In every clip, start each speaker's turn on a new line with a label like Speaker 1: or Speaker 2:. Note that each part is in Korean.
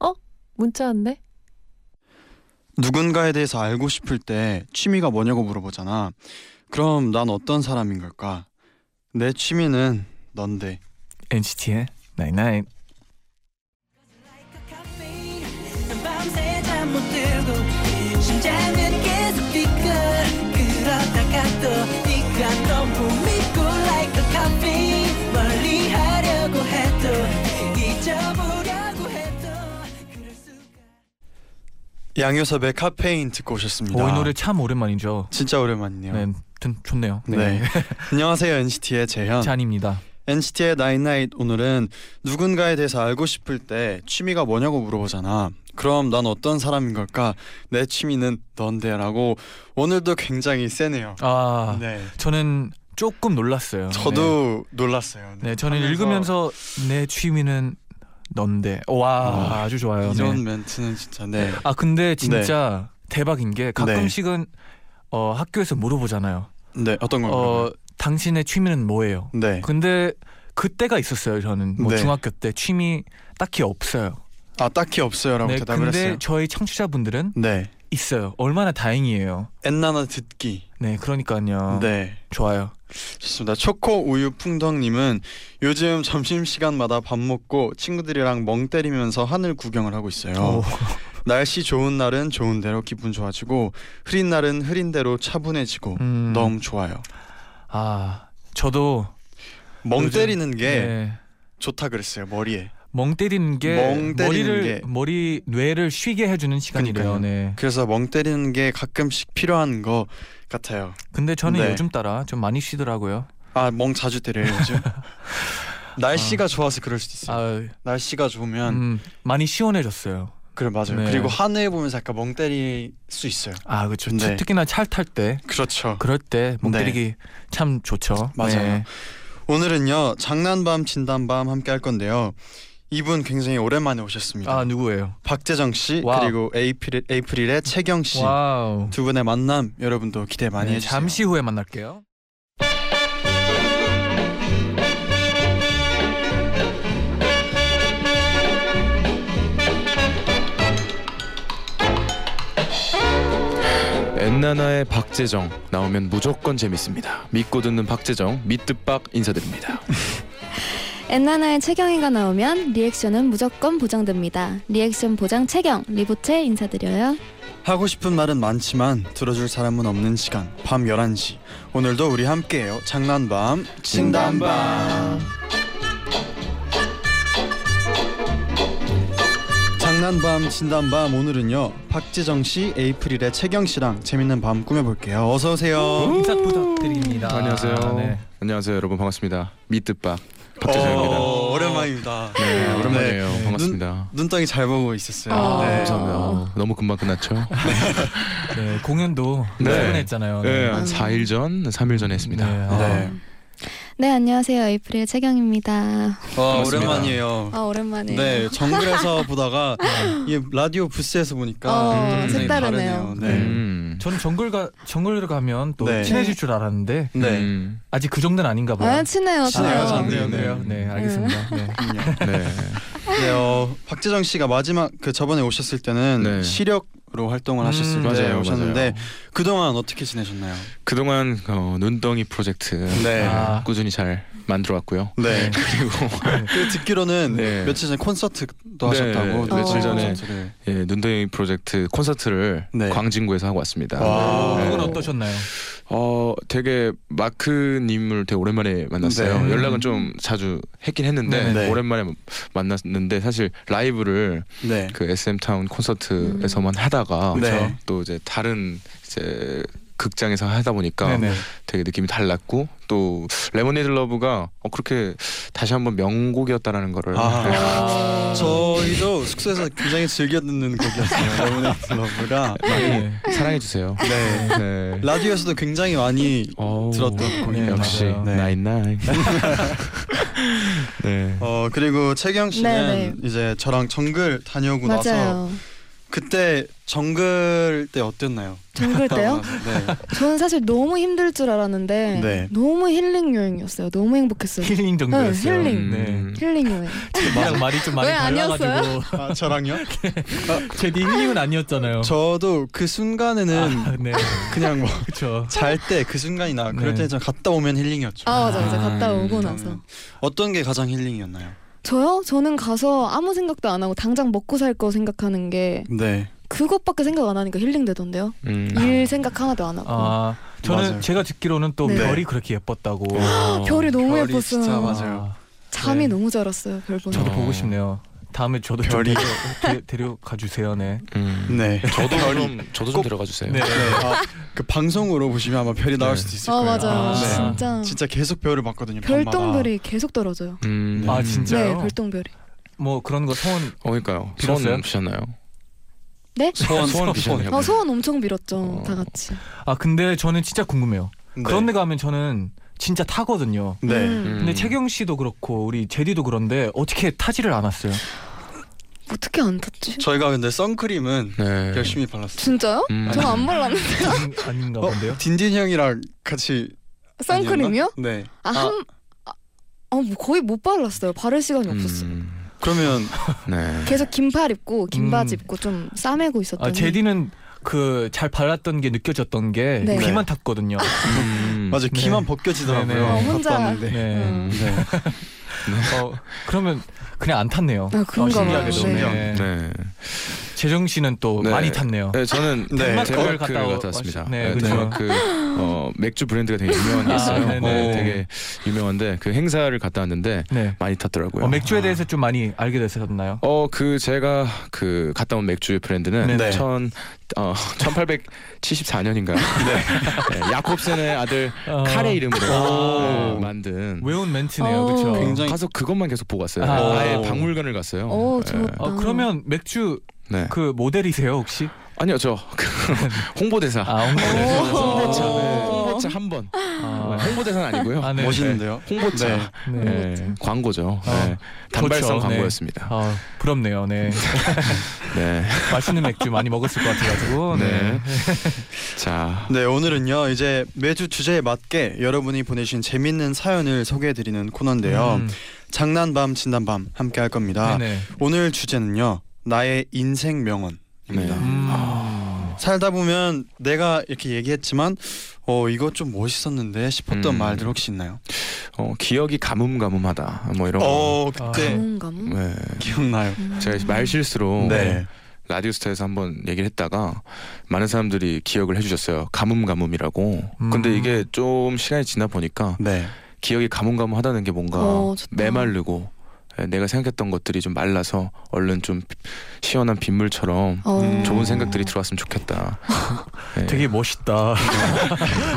Speaker 1: 어? 문자 왔네?
Speaker 2: 누군가에 대해서 알고 싶을 때 취미가 뭐냐고 물어보잖아. 그럼 난 어떤 사람인 걸까? 내 취미는 넌데.
Speaker 3: NCT의 Night Night.
Speaker 4: 난 밤새 잠 못 들고 심장은 계속 뛰고 그러다가 또 네가 너무 믿고 like a coffee 멀리 하려고 해도 잊어보려고 해도 그럴 수가
Speaker 2: 양효섭의 카페인 듣고 오셨습니다.
Speaker 3: 오, 이 노래 참 오랜만이죠.
Speaker 2: 진짜 오랜만이네요.
Speaker 3: 네, 튼 좋네요.
Speaker 2: 네. 안녕하세요 NCT의 재현.
Speaker 3: 잔입니다.
Speaker 2: NCT의 나인나잇 오늘은 누군가에 대해서 알고 싶을 때 취미가 뭐냐고 물어보잖아. 그럼 난 어떤 사람인 걸까? 내 취미는 넌데라고 오늘도 굉장히 세네요.
Speaker 3: 아,
Speaker 2: 네.
Speaker 3: 저는 조금 놀랐어요.
Speaker 2: 저도 놀랐어요.
Speaker 3: 네, 네 저는
Speaker 2: 하면서
Speaker 3: 읽으면서 내 취미는 넌데. 와,
Speaker 2: 아,
Speaker 3: 아주 좋아요. 네.
Speaker 2: 이런 멘트는 진짜 네.
Speaker 3: 아 근데 진짜 대박인 게 가끔씩은 어, 학교에서 물어보잖아요.
Speaker 2: 네 어떤 걸?
Speaker 3: 어,
Speaker 2: 어,
Speaker 3: 당신의 취미는 뭐예요?
Speaker 2: 네.
Speaker 3: 근데 그때가 있었어요. 저는 뭐
Speaker 2: 네.
Speaker 3: 중학교 때 취미 딱히 없어요.
Speaker 2: 아 딱히 없어요라고
Speaker 3: 네,
Speaker 2: 대답을
Speaker 3: 근데
Speaker 2: 했어요.
Speaker 3: 저희 청취자분들은
Speaker 2: 네.
Speaker 3: 있어요. 얼마나 다행이에요.
Speaker 2: 엔나나 듣기.
Speaker 3: 네, 그러니까요.
Speaker 2: 네.
Speaker 3: 좋아요.
Speaker 2: 좋습니다. 초코 우유 풍덩님은 요즘 점심 시간마다 밥 먹고 친구들이랑 멍 때리면서 하늘 구경을 하고 있어요.
Speaker 3: 오.
Speaker 2: 날씨 좋은 날은 좋은 대로 기분 좋아지고 흐린 날은 흐린 대로 차분해지고
Speaker 3: 음,
Speaker 2: 너무 좋아요.
Speaker 3: 아, 저도
Speaker 2: 멍
Speaker 3: 요즘-
Speaker 2: 때리는 게
Speaker 3: 네,
Speaker 2: 좋다 그랬어요 머리에.
Speaker 3: 멍 때리는 게
Speaker 2: 멍 때리는
Speaker 3: 머리를
Speaker 2: 게.
Speaker 3: 머리 뇌를 쉬게 해주는 시간이래요.
Speaker 2: 그러니까요.
Speaker 3: 네.
Speaker 2: 그래서 멍 때리는 게 가끔씩 필요한 거 같아요.
Speaker 3: 근데 저는
Speaker 2: 네.
Speaker 3: 요즘 따라 좀 많이 쉬더라고요.
Speaker 2: 아 멍 자주 때려요 요즘. 날씨가 좋아서 그럴 수도 있어요.
Speaker 3: 아,
Speaker 2: 날씨가 좋으면
Speaker 3: 음, 많이 시원해졌어요.
Speaker 2: 그래 맞아요.
Speaker 3: 네.
Speaker 2: 그리고 하늘 보면서 약간 멍 때릴 수 있어요.
Speaker 3: 아 그렇죠.
Speaker 2: 네.
Speaker 3: 특히나 차 탈 때,
Speaker 2: 그렇죠.
Speaker 3: 그럴 때 멍
Speaker 2: 네.
Speaker 3: 때리기 참 좋죠. 네.
Speaker 2: 맞아요. 오늘은요 장난밤 진단밤 함께 할 건데요. 이분 굉장히 오랜만에 오셨습니다.
Speaker 3: 아 누구예요?
Speaker 2: 박재정 씨
Speaker 3: 와우.
Speaker 2: 그리고 에이프릴, 에이프릴의 채경 씨 두
Speaker 3: 와우.
Speaker 2: 분의 만남 여러분도 기대 많이
Speaker 3: 네,
Speaker 2: 해주세요.
Speaker 3: 잠시 후에 만날게요.
Speaker 5: 엔나나의 박재정 나오면 무조건 재밌습니다. 믿고 듣는 박재정 믿뜻박 인사드립니다.
Speaker 6: 엔나나의 채경이가 나오면 리액션은 무조건 보장됩니다. 리액션 보장 채경 리보체 인사드려요.
Speaker 2: 하고 싶은 말은 많지만 들어줄 사람은 없는 시간 밤 11시 오늘도 우리 함께해요 장난밤 진단밤 장난밤 진단밤 오늘은요 박지정 씨, 에이프릴의 채경 씨랑 재밌는 밤 꾸며볼게요 어서 오세요
Speaker 3: 인사 부탁드립니다.
Speaker 5: 안녕하세요.
Speaker 3: 아, 네.
Speaker 5: 안녕하세요 여러분 반갑습니다. 믿뜻박 박재정입니다.
Speaker 2: 어, 오랜만입니다
Speaker 5: 네 오랜만이에요
Speaker 2: 네.
Speaker 5: 반갑습니다.
Speaker 2: 눈덩이 잘 보고 있었어요
Speaker 6: 아,
Speaker 2: 네. 아,
Speaker 5: 감사합니다. 너무 금방 끝났죠?
Speaker 3: 네, 공연도
Speaker 5: 네.
Speaker 3: 최근했잖아요. 아,
Speaker 5: 네, 한 4일 전, 3일 전에 했습니다.
Speaker 2: 네.
Speaker 6: 네 안녕하세요 에이프릴 채경입니다.
Speaker 2: 와,
Speaker 5: 반갑습니다.
Speaker 2: 어, 오랜만이에요
Speaker 6: 아 오랜만에.
Speaker 2: 네, 정글에서 보다가 이 라디오 부스에서 보니까
Speaker 6: 어,
Speaker 2: 굉장히
Speaker 6: 색다르네요.
Speaker 2: 다르네요. 네.
Speaker 5: 음.
Speaker 3: 저는 정글가 정글을 가면 또
Speaker 2: 네.
Speaker 3: 친해질 줄 알았는데
Speaker 2: 네.
Speaker 5: 음,
Speaker 3: 아직 그 정도는 아닌가 봐요.
Speaker 6: 아 친해요.
Speaker 2: 친해요,
Speaker 6: 저요.
Speaker 2: 안 돼요.
Speaker 3: 네, 알겠습니다. 네.
Speaker 5: 네.
Speaker 2: 네, 어, 박재정 씨가 마지막 그 저번에 오셨을 때는
Speaker 5: 네.
Speaker 2: 시력으로 활동을
Speaker 3: 음,
Speaker 2: 하셨을 때
Speaker 5: 맞아요,
Speaker 2: 오셨는데
Speaker 5: 맞아요.
Speaker 2: 그동안 어떻게 지내셨나요?
Speaker 5: 그동안 어, 눈덩이 프로젝트
Speaker 2: 네.
Speaker 3: 아.
Speaker 5: 꾸준히 잘 만들어 왔고요.
Speaker 2: 네.
Speaker 5: 그리고
Speaker 2: 그 듣기로는
Speaker 5: 네.
Speaker 2: 며칠 전에 콘서트도
Speaker 5: 네,
Speaker 2: 하셨다고.
Speaker 5: 네,
Speaker 6: 며칠 전에.
Speaker 2: 콘서트를.
Speaker 5: 예, 눈덩이 프로젝트 콘서트를
Speaker 2: 네.
Speaker 5: 광진구에서 하고 왔습니다.
Speaker 2: 와.
Speaker 3: 어,
Speaker 5: 네.
Speaker 3: 그건 어떠셨나요?
Speaker 5: 어, 되게 마크님을 되게 오랜만에 만났어요.
Speaker 2: 네.
Speaker 5: 연락은 좀 자주 했긴 했는데
Speaker 2: 네네.
Speaker 5: 오랜만에 만났는데 사실 라이브를
Speaker 2: 네.
Speaker 5: 그 SM 타운 콘서트에서만 하다가
Speaker 2: 네.
Speaker 5: 또 이제 다른 이제 극장에서 하다 보니까
Speaker 3: 네네.
Speaker 5: 되게 느낌이 달랐고 또 레모네이드 러브가 어, 그렇게 다시 한번 명곡이었다라는 거를 네.
Speaker 2: 아, 저희도 숙소에서 굉장히 즐겨 듣는 곡이었어요. 레모네이드 러브가.
Speaker 3: 네.
Speaker 5: 사랑해 주세요.
Speaker 2: 네.
Speaker 5: 네.
Speaker 2: 라디오에서도 굉장히 많이
Speaker 5: 어우,
Speaker 2: 들었던 곡이에요.
Speaker 3: 네,
Speaker 5: 역시
Speaker 3: 맞아요.
Speaker 2: 네.
Speaker 5: 나인나인. 네.
Speaker 2: 어 그리고 채경
Speaker 6: 네,
Speaker 2: 씨는 이제 저랑 정글 다녀오고 나서
Speaker 6: 맞아요.
Speaker 2: 그때 정글 때 어땠나요?
Speaker 6: 정글 때요?
Speaker 2: 네.
Speaker 6: 저는 사실 너무 힘들 줄 알았는데
Speaker 2: 네.
Speaker 6: 너무 힐링 여행이었어요. 너무 행복했어요.
Speaker 3: 힐링 정도였어요.
Speaker 6: 네, 힐링.
Speaker 3: 네.
Speaker 5: 음,
Speaker 6: 힐링 여행.
Speaker 3: 저랑 말이 좀 많이
Speaker 6: 왜 아니었어요?
Speaker 3: 달라가지고
Speaker 2: 아, 저랑요?
Speaker 3: 제디 힐링은 아니었잖아요.
Speaker 2: 저도 그 순간에는
Speaker 3: 아, 네,
Speaker 2: 그냥
Speaker 3: 그렇죠.
Speaker 2: 뭐 잘 때 그 순간이나 그럴
Speaker 3: 네.
Speaker 2: 때좀 갔다 오면 힐링이었죠.
Speaker 6: 아 맞아 맞아
Speaker 5: 아,
Speaker 6: 갔다 오고
Speaker 5: 음.
Speaker 6: 나서
Speaker 2: 어떤 게 가장 힐링이었나요?
Speaker 6: 저요? 저는 가서 아무 생각도 안 하고 당장 먹고 살 거 생각하는 게
Speaker 2: 네.
Speaker 6: 그것밖에 생각 안 하니까 힐링 되던데요.
Speaker 5: 음.
Speaker 6: 일 생각 하나도 안 하고
Speaker 3: 아, 저는
Speaker 2: 맞아요.
Speaker 3: 제가 듣기로는 또
Speaker 6: 네.
Speaker 3: 별이 그렇게 예뻤다고.
Speaker 5: 어,
Speaker 6: 별이 너무
Speaker 2: 별이
Speaker 6: 예뻤어요.
Speaker 2: 진짜 맞아.
Speaker 3: 맞아요.
Speaker 6: 잠이
Speaker 3: 네.
Speaker 6: 너무 잘 왔어요 별 보는.
Speaker 3: 저도
Speaker 5: 어.
Speaker 3: 보고 싶네요. 다음에 저도 좀
Speaker 2: 아. 별이.
Speaker 3: 데려, 가 주세요. 네.
Speaker 5: 음.
Speaker 2: 네.
Speaker 5: 저도
Speaker 2: 별이.
Speaker 5: 좀 저도 좀
Speaker 2: 꼭-
Speaker 5: 데려가 주세요.
Speaker 3: 네.
Speaker 2: 아, 그 방송으로 보시면 아마 별이 나올
Speaker 5: 네.
Speaker 2: 수도 있을
Speaker 6: 아
Speaker 2: 거예요.
Speaker 6: 맞아요.
Speaker 3: 아,
Speaker 2: 네.
Speaker 6: 진짜
Speaker 2: 진짜 계속 별을 봤거든요. 밤마다.
Speaker 6: 별똥별이 계속 떨어져요.
Speaker 5: 음.
Speaker 3: 아
Speaker 6: 네
Speaker 3: 진짜요?
Speaker 6: 별똥별이.
Speaker 3: 뭐 그런 거 소원
Speaker 5: 어, 그러니까요.
Speaker 3: 빌었어요?
Speaker 5: 소원 주셨나요?
Speaker 6: 네?
Speaker 5: 소원 소원
Speaker 3: 소원.
Speaker 5: 비셨네요.
Speaker 6: 아 소원 엄청 빌었죠
Speaker 5: 어.
Speaker 6: 다 같이.
Speaker 3: 아 근데 저는 진짜 궁금해요.
Speaker 2: 네.
Speaker 3: 그런 데 가면 저는 진짜 타거든요.
Speaker 2: 네.
Speaker 6: 음.
Speaker 3: 근데 채경 씨도 그렇고 우리 제디도 그런데 어떻게 타지를 않았어요?
Speaker 6: 어떻게 안 탔지?
Speaker 2: 저희가 근데 선크림은
Speaker 5: 네.
Speaker 2: 열심히 발랐어요.
Speaker 6: 진짜요?
Speaker 5: 음. 어?
Speaker 6: 저는 안 발랐는데
Speaker 3: 아닌, 아닌가 본데요.
Speaker 2: 딘딘 형이랑 같이
Speaker 6: 선크림이요?
Speaker 2: 아니었나? 네.
Speaker 6: 아, 한, 아, 아, 뭐 거의 못 발랐어요. 바를 시간이 없었어요.
Speaker 5: 음.
Speaker 2: 그러면
Speaker 5: 네.
Speaker 6: 계속 긴팔 입고 긴
Speaker 3: 음.
Speaker 6: 바지 입고 좀 싸매고 있었더니
Speaker 3: 아 제디는 그 잘 발랐던 게 느껴졌던 게
Speaker 6: 네.
Speaker 3: 귀만 탔거든요.
Speaker 5: 음.
Speaker 2: 맞아 요
Speaker 3: 네.
Speaker 2: 키만 벗겨지더라고요.
Speaker 3: 네, 네.
Speaker 6: 어, 혼자.
Speaker 2: 봤는데.
Speaker 3: 네.
Speaker 6: 음.
Speaker 2: 네.
Speaker 3: 어, 그러면 그냥 안 탔네요.
Speaker 6: 아, 그런가
Speaker 3: 어, 신기하게도.
Speaker 2: 봐요. 신기하네.
Speaker 3: 네.
Speaker 5: 네.
Speaker 3: 재정 씨는 또
Speaker 5: 네.
Speaker 3: 많이 탔네요.
Speaker 5: 네, 저는
Speaker 2: 네. 덴마크
Speaker 5: 덴마크를
Speaker 3: 갔다
Speaker 5: 갔다,
Speaker 3: 와-
Speaker 5: 왔습니다.
Speaker 3: 와시- 네,
Speaker 5: 네,
Speaker 3: 그쵸.
Speaker 5: 덴마크 어, 맥주 브랜드가 되게 유명한 게
Speaker 3: 아,
Speaker 5: 있어요.
Speaker 3: 네네.
Speaker 5: 어, 되게 유명한데 그 행사를 갔다 왔는데
Speaker 3: 네.
Speaker 5: 많이 탔더라고요.
Speaker 3: 어, 맥주에 대해서 좀 많이 알게 되셨나요?
Speaker 5: 어 그 제가 그 갔다 온 맥주의 브랜드는
Speaker 2: 네네.
Speaker 5: 천, 어, 1874년인가요? 네. 야콥센의 아들
Speaker 3: 어,
Speaker 5: 카레 이름으로
Speaker 3: 아.
Speaker 5: 네, 만든
Speaker 3: 외운 멘트네요,
Speaker 6: 어.
Speaker 3: 그렇죠?
Speaker 2: 굉장히-
Speaker 5: 가서 그것만 계속 보고 왔어요.
Speaker 3: 아.
Speaker 5: 아, 예 박물관을 갔어요.
Speaker 6: 오,
Speaker 5: 예.
Speaker 6: 좋았다.
Speaker 3: 어, 그러면 맥주
Speaker 5: 네.
Speaker 3: 그 모델이세요 혹시?
Speaker 5: 아니요 저 그, 홍보대사.
Speaker 3: 아 홍보대사.
Speaker 6: 오.
Speaker 5: 홍보대사. 네.
Speaker 6: 오.
Speaker 5: 홍보대사 한 번.
Speaker 3: 아,
Speaker 5: 네, 홍보대사는 아니고요.
Speaker 3: 아, 네.
Speaker 2: 멋있는데요.
Speaker 5: 홍보차.
Speaker 2: 네.
Speaker 3: 네.
Speaker 6: 네.
Speaker 5: 예,
Speaker 6: 홍보차.
Speaker 5: 광고죠.
Speaker 3: 아,
Speaker 5: 네. 단발성
Speaker 3: 그렇죠. 네.
Speaker 5: 광고였습니다.
Speaker 3: 아 부럽네요. 네.
Speaker 5: 네.
Speaker 3: 맛있는 맥주 많이 먹었을 것 같아가지고.
Speaker 5: 네. 자.
Speaker 2: 네 오늘은요 이제 매주 주제에 맞게 여러분이 보내신 재밌는 사연을 소개해드리는 코너인데요.
Speaker 3: 음,
Speaker 2: 장난밤 진단밤 함께 할 겁니다.
Speaker 3: 네네.
Speaker 2: 오늘 주제는요 나의 인생 명언입니다.
Speaker 5: 네.
Speaker 3: 음.
Speaker 2: 살다 보면 내가 이렇게 얘기했지만 어 이거 좀 멋있었는데 싶었던
Speaker 5: 음.
Speaker 2: 말들 혹시 있나요?
Speaker 5: 어, 기억이 가뭄가뭄하다. 뭐 이런 거.
Speaker 2: 어
Speaker 3: 아.
Speaker 2: 그때
Speaker 3: 뭐.
Speaker 6: 가뭄 가뭄.
Speaker 5: 네.
Speaker 2: 기억나요?
Speaker 5: 제가 말실수로
Speaker 2: 네.
Speaker 5: 라디오스타에서 한번 얘기를 했다가 많은 사람들이 기억을 해주셨어요. 가뭄가뭄이라고.
Speaker 3: 음.
Speaker 5: 근데 이게 좀 시간이 지나 보니까
Speaker 2: 네.
Speaker 5: 기억이 가뭄가뭄하다는 게 뭔가
Speaker 6: 어, 좋다.
Speaker 5: 메마르고 예, 내가 생각했던 것들이 좀 말라서 얼른 좀 시원한 빗물처럼
Speaker 6: 어.
Speaker 2: 음,
Speaker 5: 좋은 생각들이 들어왔으면 좋겠다. 예.
Speaker 3: 되게 멋있다.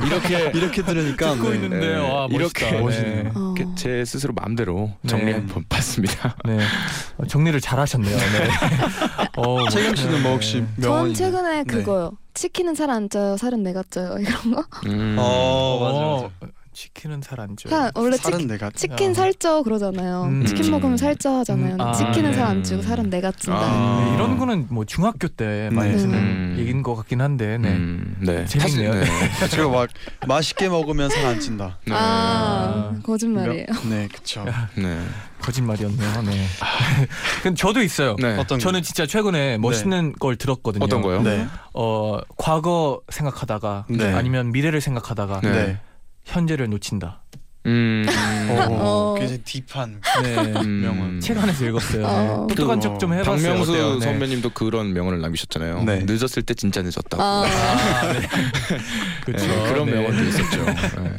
Speaker 5: 이렇게
Speaker 2: 이렇게 들으니까 네.
Speaker 3: 듣고 있는- 근데 와, 멋있다.
Speaker 5: 이렇게
Speaker 3: 네.
Speaker 6: 어.
Speaker 5: 이렇게 제 스스로 마음대로
Speaker 3: 네.
Speaker 5: 정리해 본- 봤습니다.
Speaker 3: 네. 어, 정리를 잘하셨네요. 네. 어,
Speaker 2: 채경 씨는 뭐 혹시 명언이
Speaker 6: 전
Speaker 2: 있나요?
Speaker 6: 최근에 그거요. 치킨은 살 안 쪄요. 살은 내가 쪄요. 이런 거.
Speaker 5: 음.
Speaker 2: 어 맞아
Speaker 3: 어,
Speaker 2: 맞아.
Speaker 3: 치킨은 잘 안 줘요.
Speaker 6: 살, 원래
Speaker 2: 살은
Speaker 6: 치킨
Speaker 2: 내가
Speaker 6: 치킨 살쪄 그러잖아요.
Speaker 3: 음.
Speaker 6: 치킨 먹으면 살쪄 하잖아요.
Speaker 3: 음,
Speaker 6: 근데
Speaker 3: 아,
Speaker 6: 치킨은
Speaker 3: 네.
Speaker 6: 살 안 찌고 살은 내가 찐다.
Speaker 5: 아.
Speaker 3: 네, 이런 거는 뭐 중학교 때 많이
Speaker 2: 네.
Speaker 3: 쓰는
Speaker 5: 음.
Speaker 3: 얘기인 것 같긴 한데. 네.
Speaker 5: 음, 네.
Speaker 3: 재밌네요.
Speaker 5: 사실, 네.
Speaker 2: 제가 막 맛있게 먹으면 살 안 찐다.
Speaker 5: 네.
Speaker 6: 아, 거짓말이에요.
Speaker 2: 네 그쵸.
Speaker 5: 네.
Speaker 3: 거짓말이었네요. 네. 근데 저도 있어요.
Speaker 5: 네.
Speaker 2: 어떤 거?
Speaker 3: 저는 진짜 최근에 멋있는 걸 들었거든요.
Speaker 5: 어떤 거요?
Speaker 2: 네.
Speaker 3: 어, 과거 생각하다가
Speaker 2: 네.
Speaker 3: 아니면 미래를 생각하다가
Speaker 5: 네.
Speaker 2: 네.
Speaker 3: 현재를 놓친다.
Speaker 5: 음.
Speaker 2: 오,
Speaker 6: 어.
Speaker 2: 굉장히 딥한
Speaker 3: 네.
Speaker 5: 음.
Speaker 2: 명언.
Speaker 3: 책 안에서 읽었어요.
Speaker 6: 어.
Speaker 3: 네. 똑똑한
Speaker 2: 어.
Speaker 3: 척 좀 해봤어요.
Speaker 5: 박명수
Speaker 3: 어때요? 네.
Speaker 5: 선배님도 그런 명언을 남기셨잖아요.
Speaker 2: 네.
Speaker 5: 늦었을 때 진짜 늦었다고.
Speaker 6: 아,
Speaker 3: 네. 그쵸.
Speaker 5: 네, 그런
Speaker 3: 네.
Speaker 5: 명언도 있었죠. 네.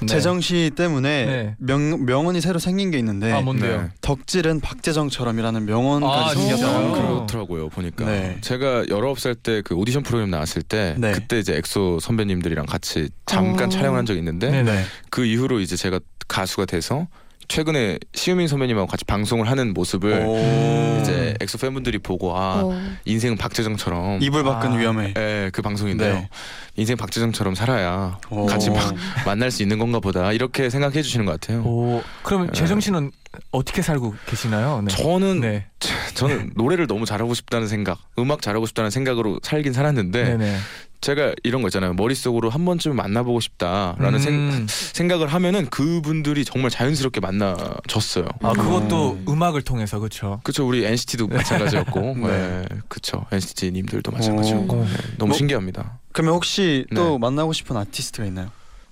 Speaker 3: 네.
Speaker 2: 재정 씨 때문에
Speaker 3: 네.
Speaker 2: 명 명언이 새로 생긴 게 있는데
Speaker 3: 아 뭔데요?
Speaker 5: 네.
Speaker 2: 덕질은 박재정처럼이라는
Speaker 3: 아,
Speaker 2: 명언까지
Speaker 3: 진짜요?
Speaker 2: 생겼어요.
Speaker 3: 그래요?
Speaker 5: 그렇더라고요 보니까
Speaker 2: 네.
Speaker 5: 제가 19살 때 그 오디션 프로그램 나왔을 때
Speaker 2: 네.
Speaker 5: 그때 이제 엑소 선배님들이랑 같이 잠깐
Speaker 6: 어.
Speaker 5: 촬영한 적이 있는데
Speaker 3: 네.
Speaker 2: 네.
Speaker 5: 그 이후로 이제 제가 가수가 돼서 최근에 시우민 선배님하고 같이 방송을 하는
Speaker 3: 네.
Speaker 5: 모습을
Speaker 2: 그 오.
Speaker 5: 이제 엑소 팬분들이 보고 아
Speaker 6: 어.
Speaker 5: 인생은 박재정처럼
Speaker 2: 이불 밖은
Speaker 3: 아.
Speaker 2: 위험해.
Speaker 5: 예, 그 방송인데요.
Speaker 2: 네.
Speaker 5: 인생 박재정처럼 살아야
Speaker 2: 오.
Speaker 5: 같이 막 만날 수 있는 건가 보다 이렇게 생각해 주시는 것 같아요.
Speaker 3: 오 그러면
Speaker 5: 네.
Speaker 3: 재정 씨는 어떻게 살고 계시나요? 네.
Speaker 5: 저는
Speaker 3: 네.
Speaker 5: 저는 노래를 너무 잘하고 싶다는 생각, 음악 잘하고 싶다는 생각으로 살긴 살았는데
Speaker 3: 네. 네.
Speaker 5: 제가 이런 거 있잖아요. 머릿속으로 한 번쯤 만나보고 싶다라는 생,
Speaker 3: 음.
Speaker 5: 각을 하면은 그분들이 정말 자연스럽게 만나졌어요.
Speaker 3: 아 그것도
Speaker 2: 음.
Speaker 3: 음악을 통해서 그렇죠.
Speaker 5: 그쵸 우리 NCT도 마찬가지였고
Speaker 2: 네.
Speaker 5: 네. 그쵸 NCT 님들도 마찬가지였고
Speaker 3: 오.
Speaker 5: 네, 너무
Speaker 2: 뭐-
Speaker 5: 신기합니다
Speaker 2: 그러면 혹시
Speaker 5: 네.
Speaker 2: 또 만나고 싶은 아티스트가 있나요?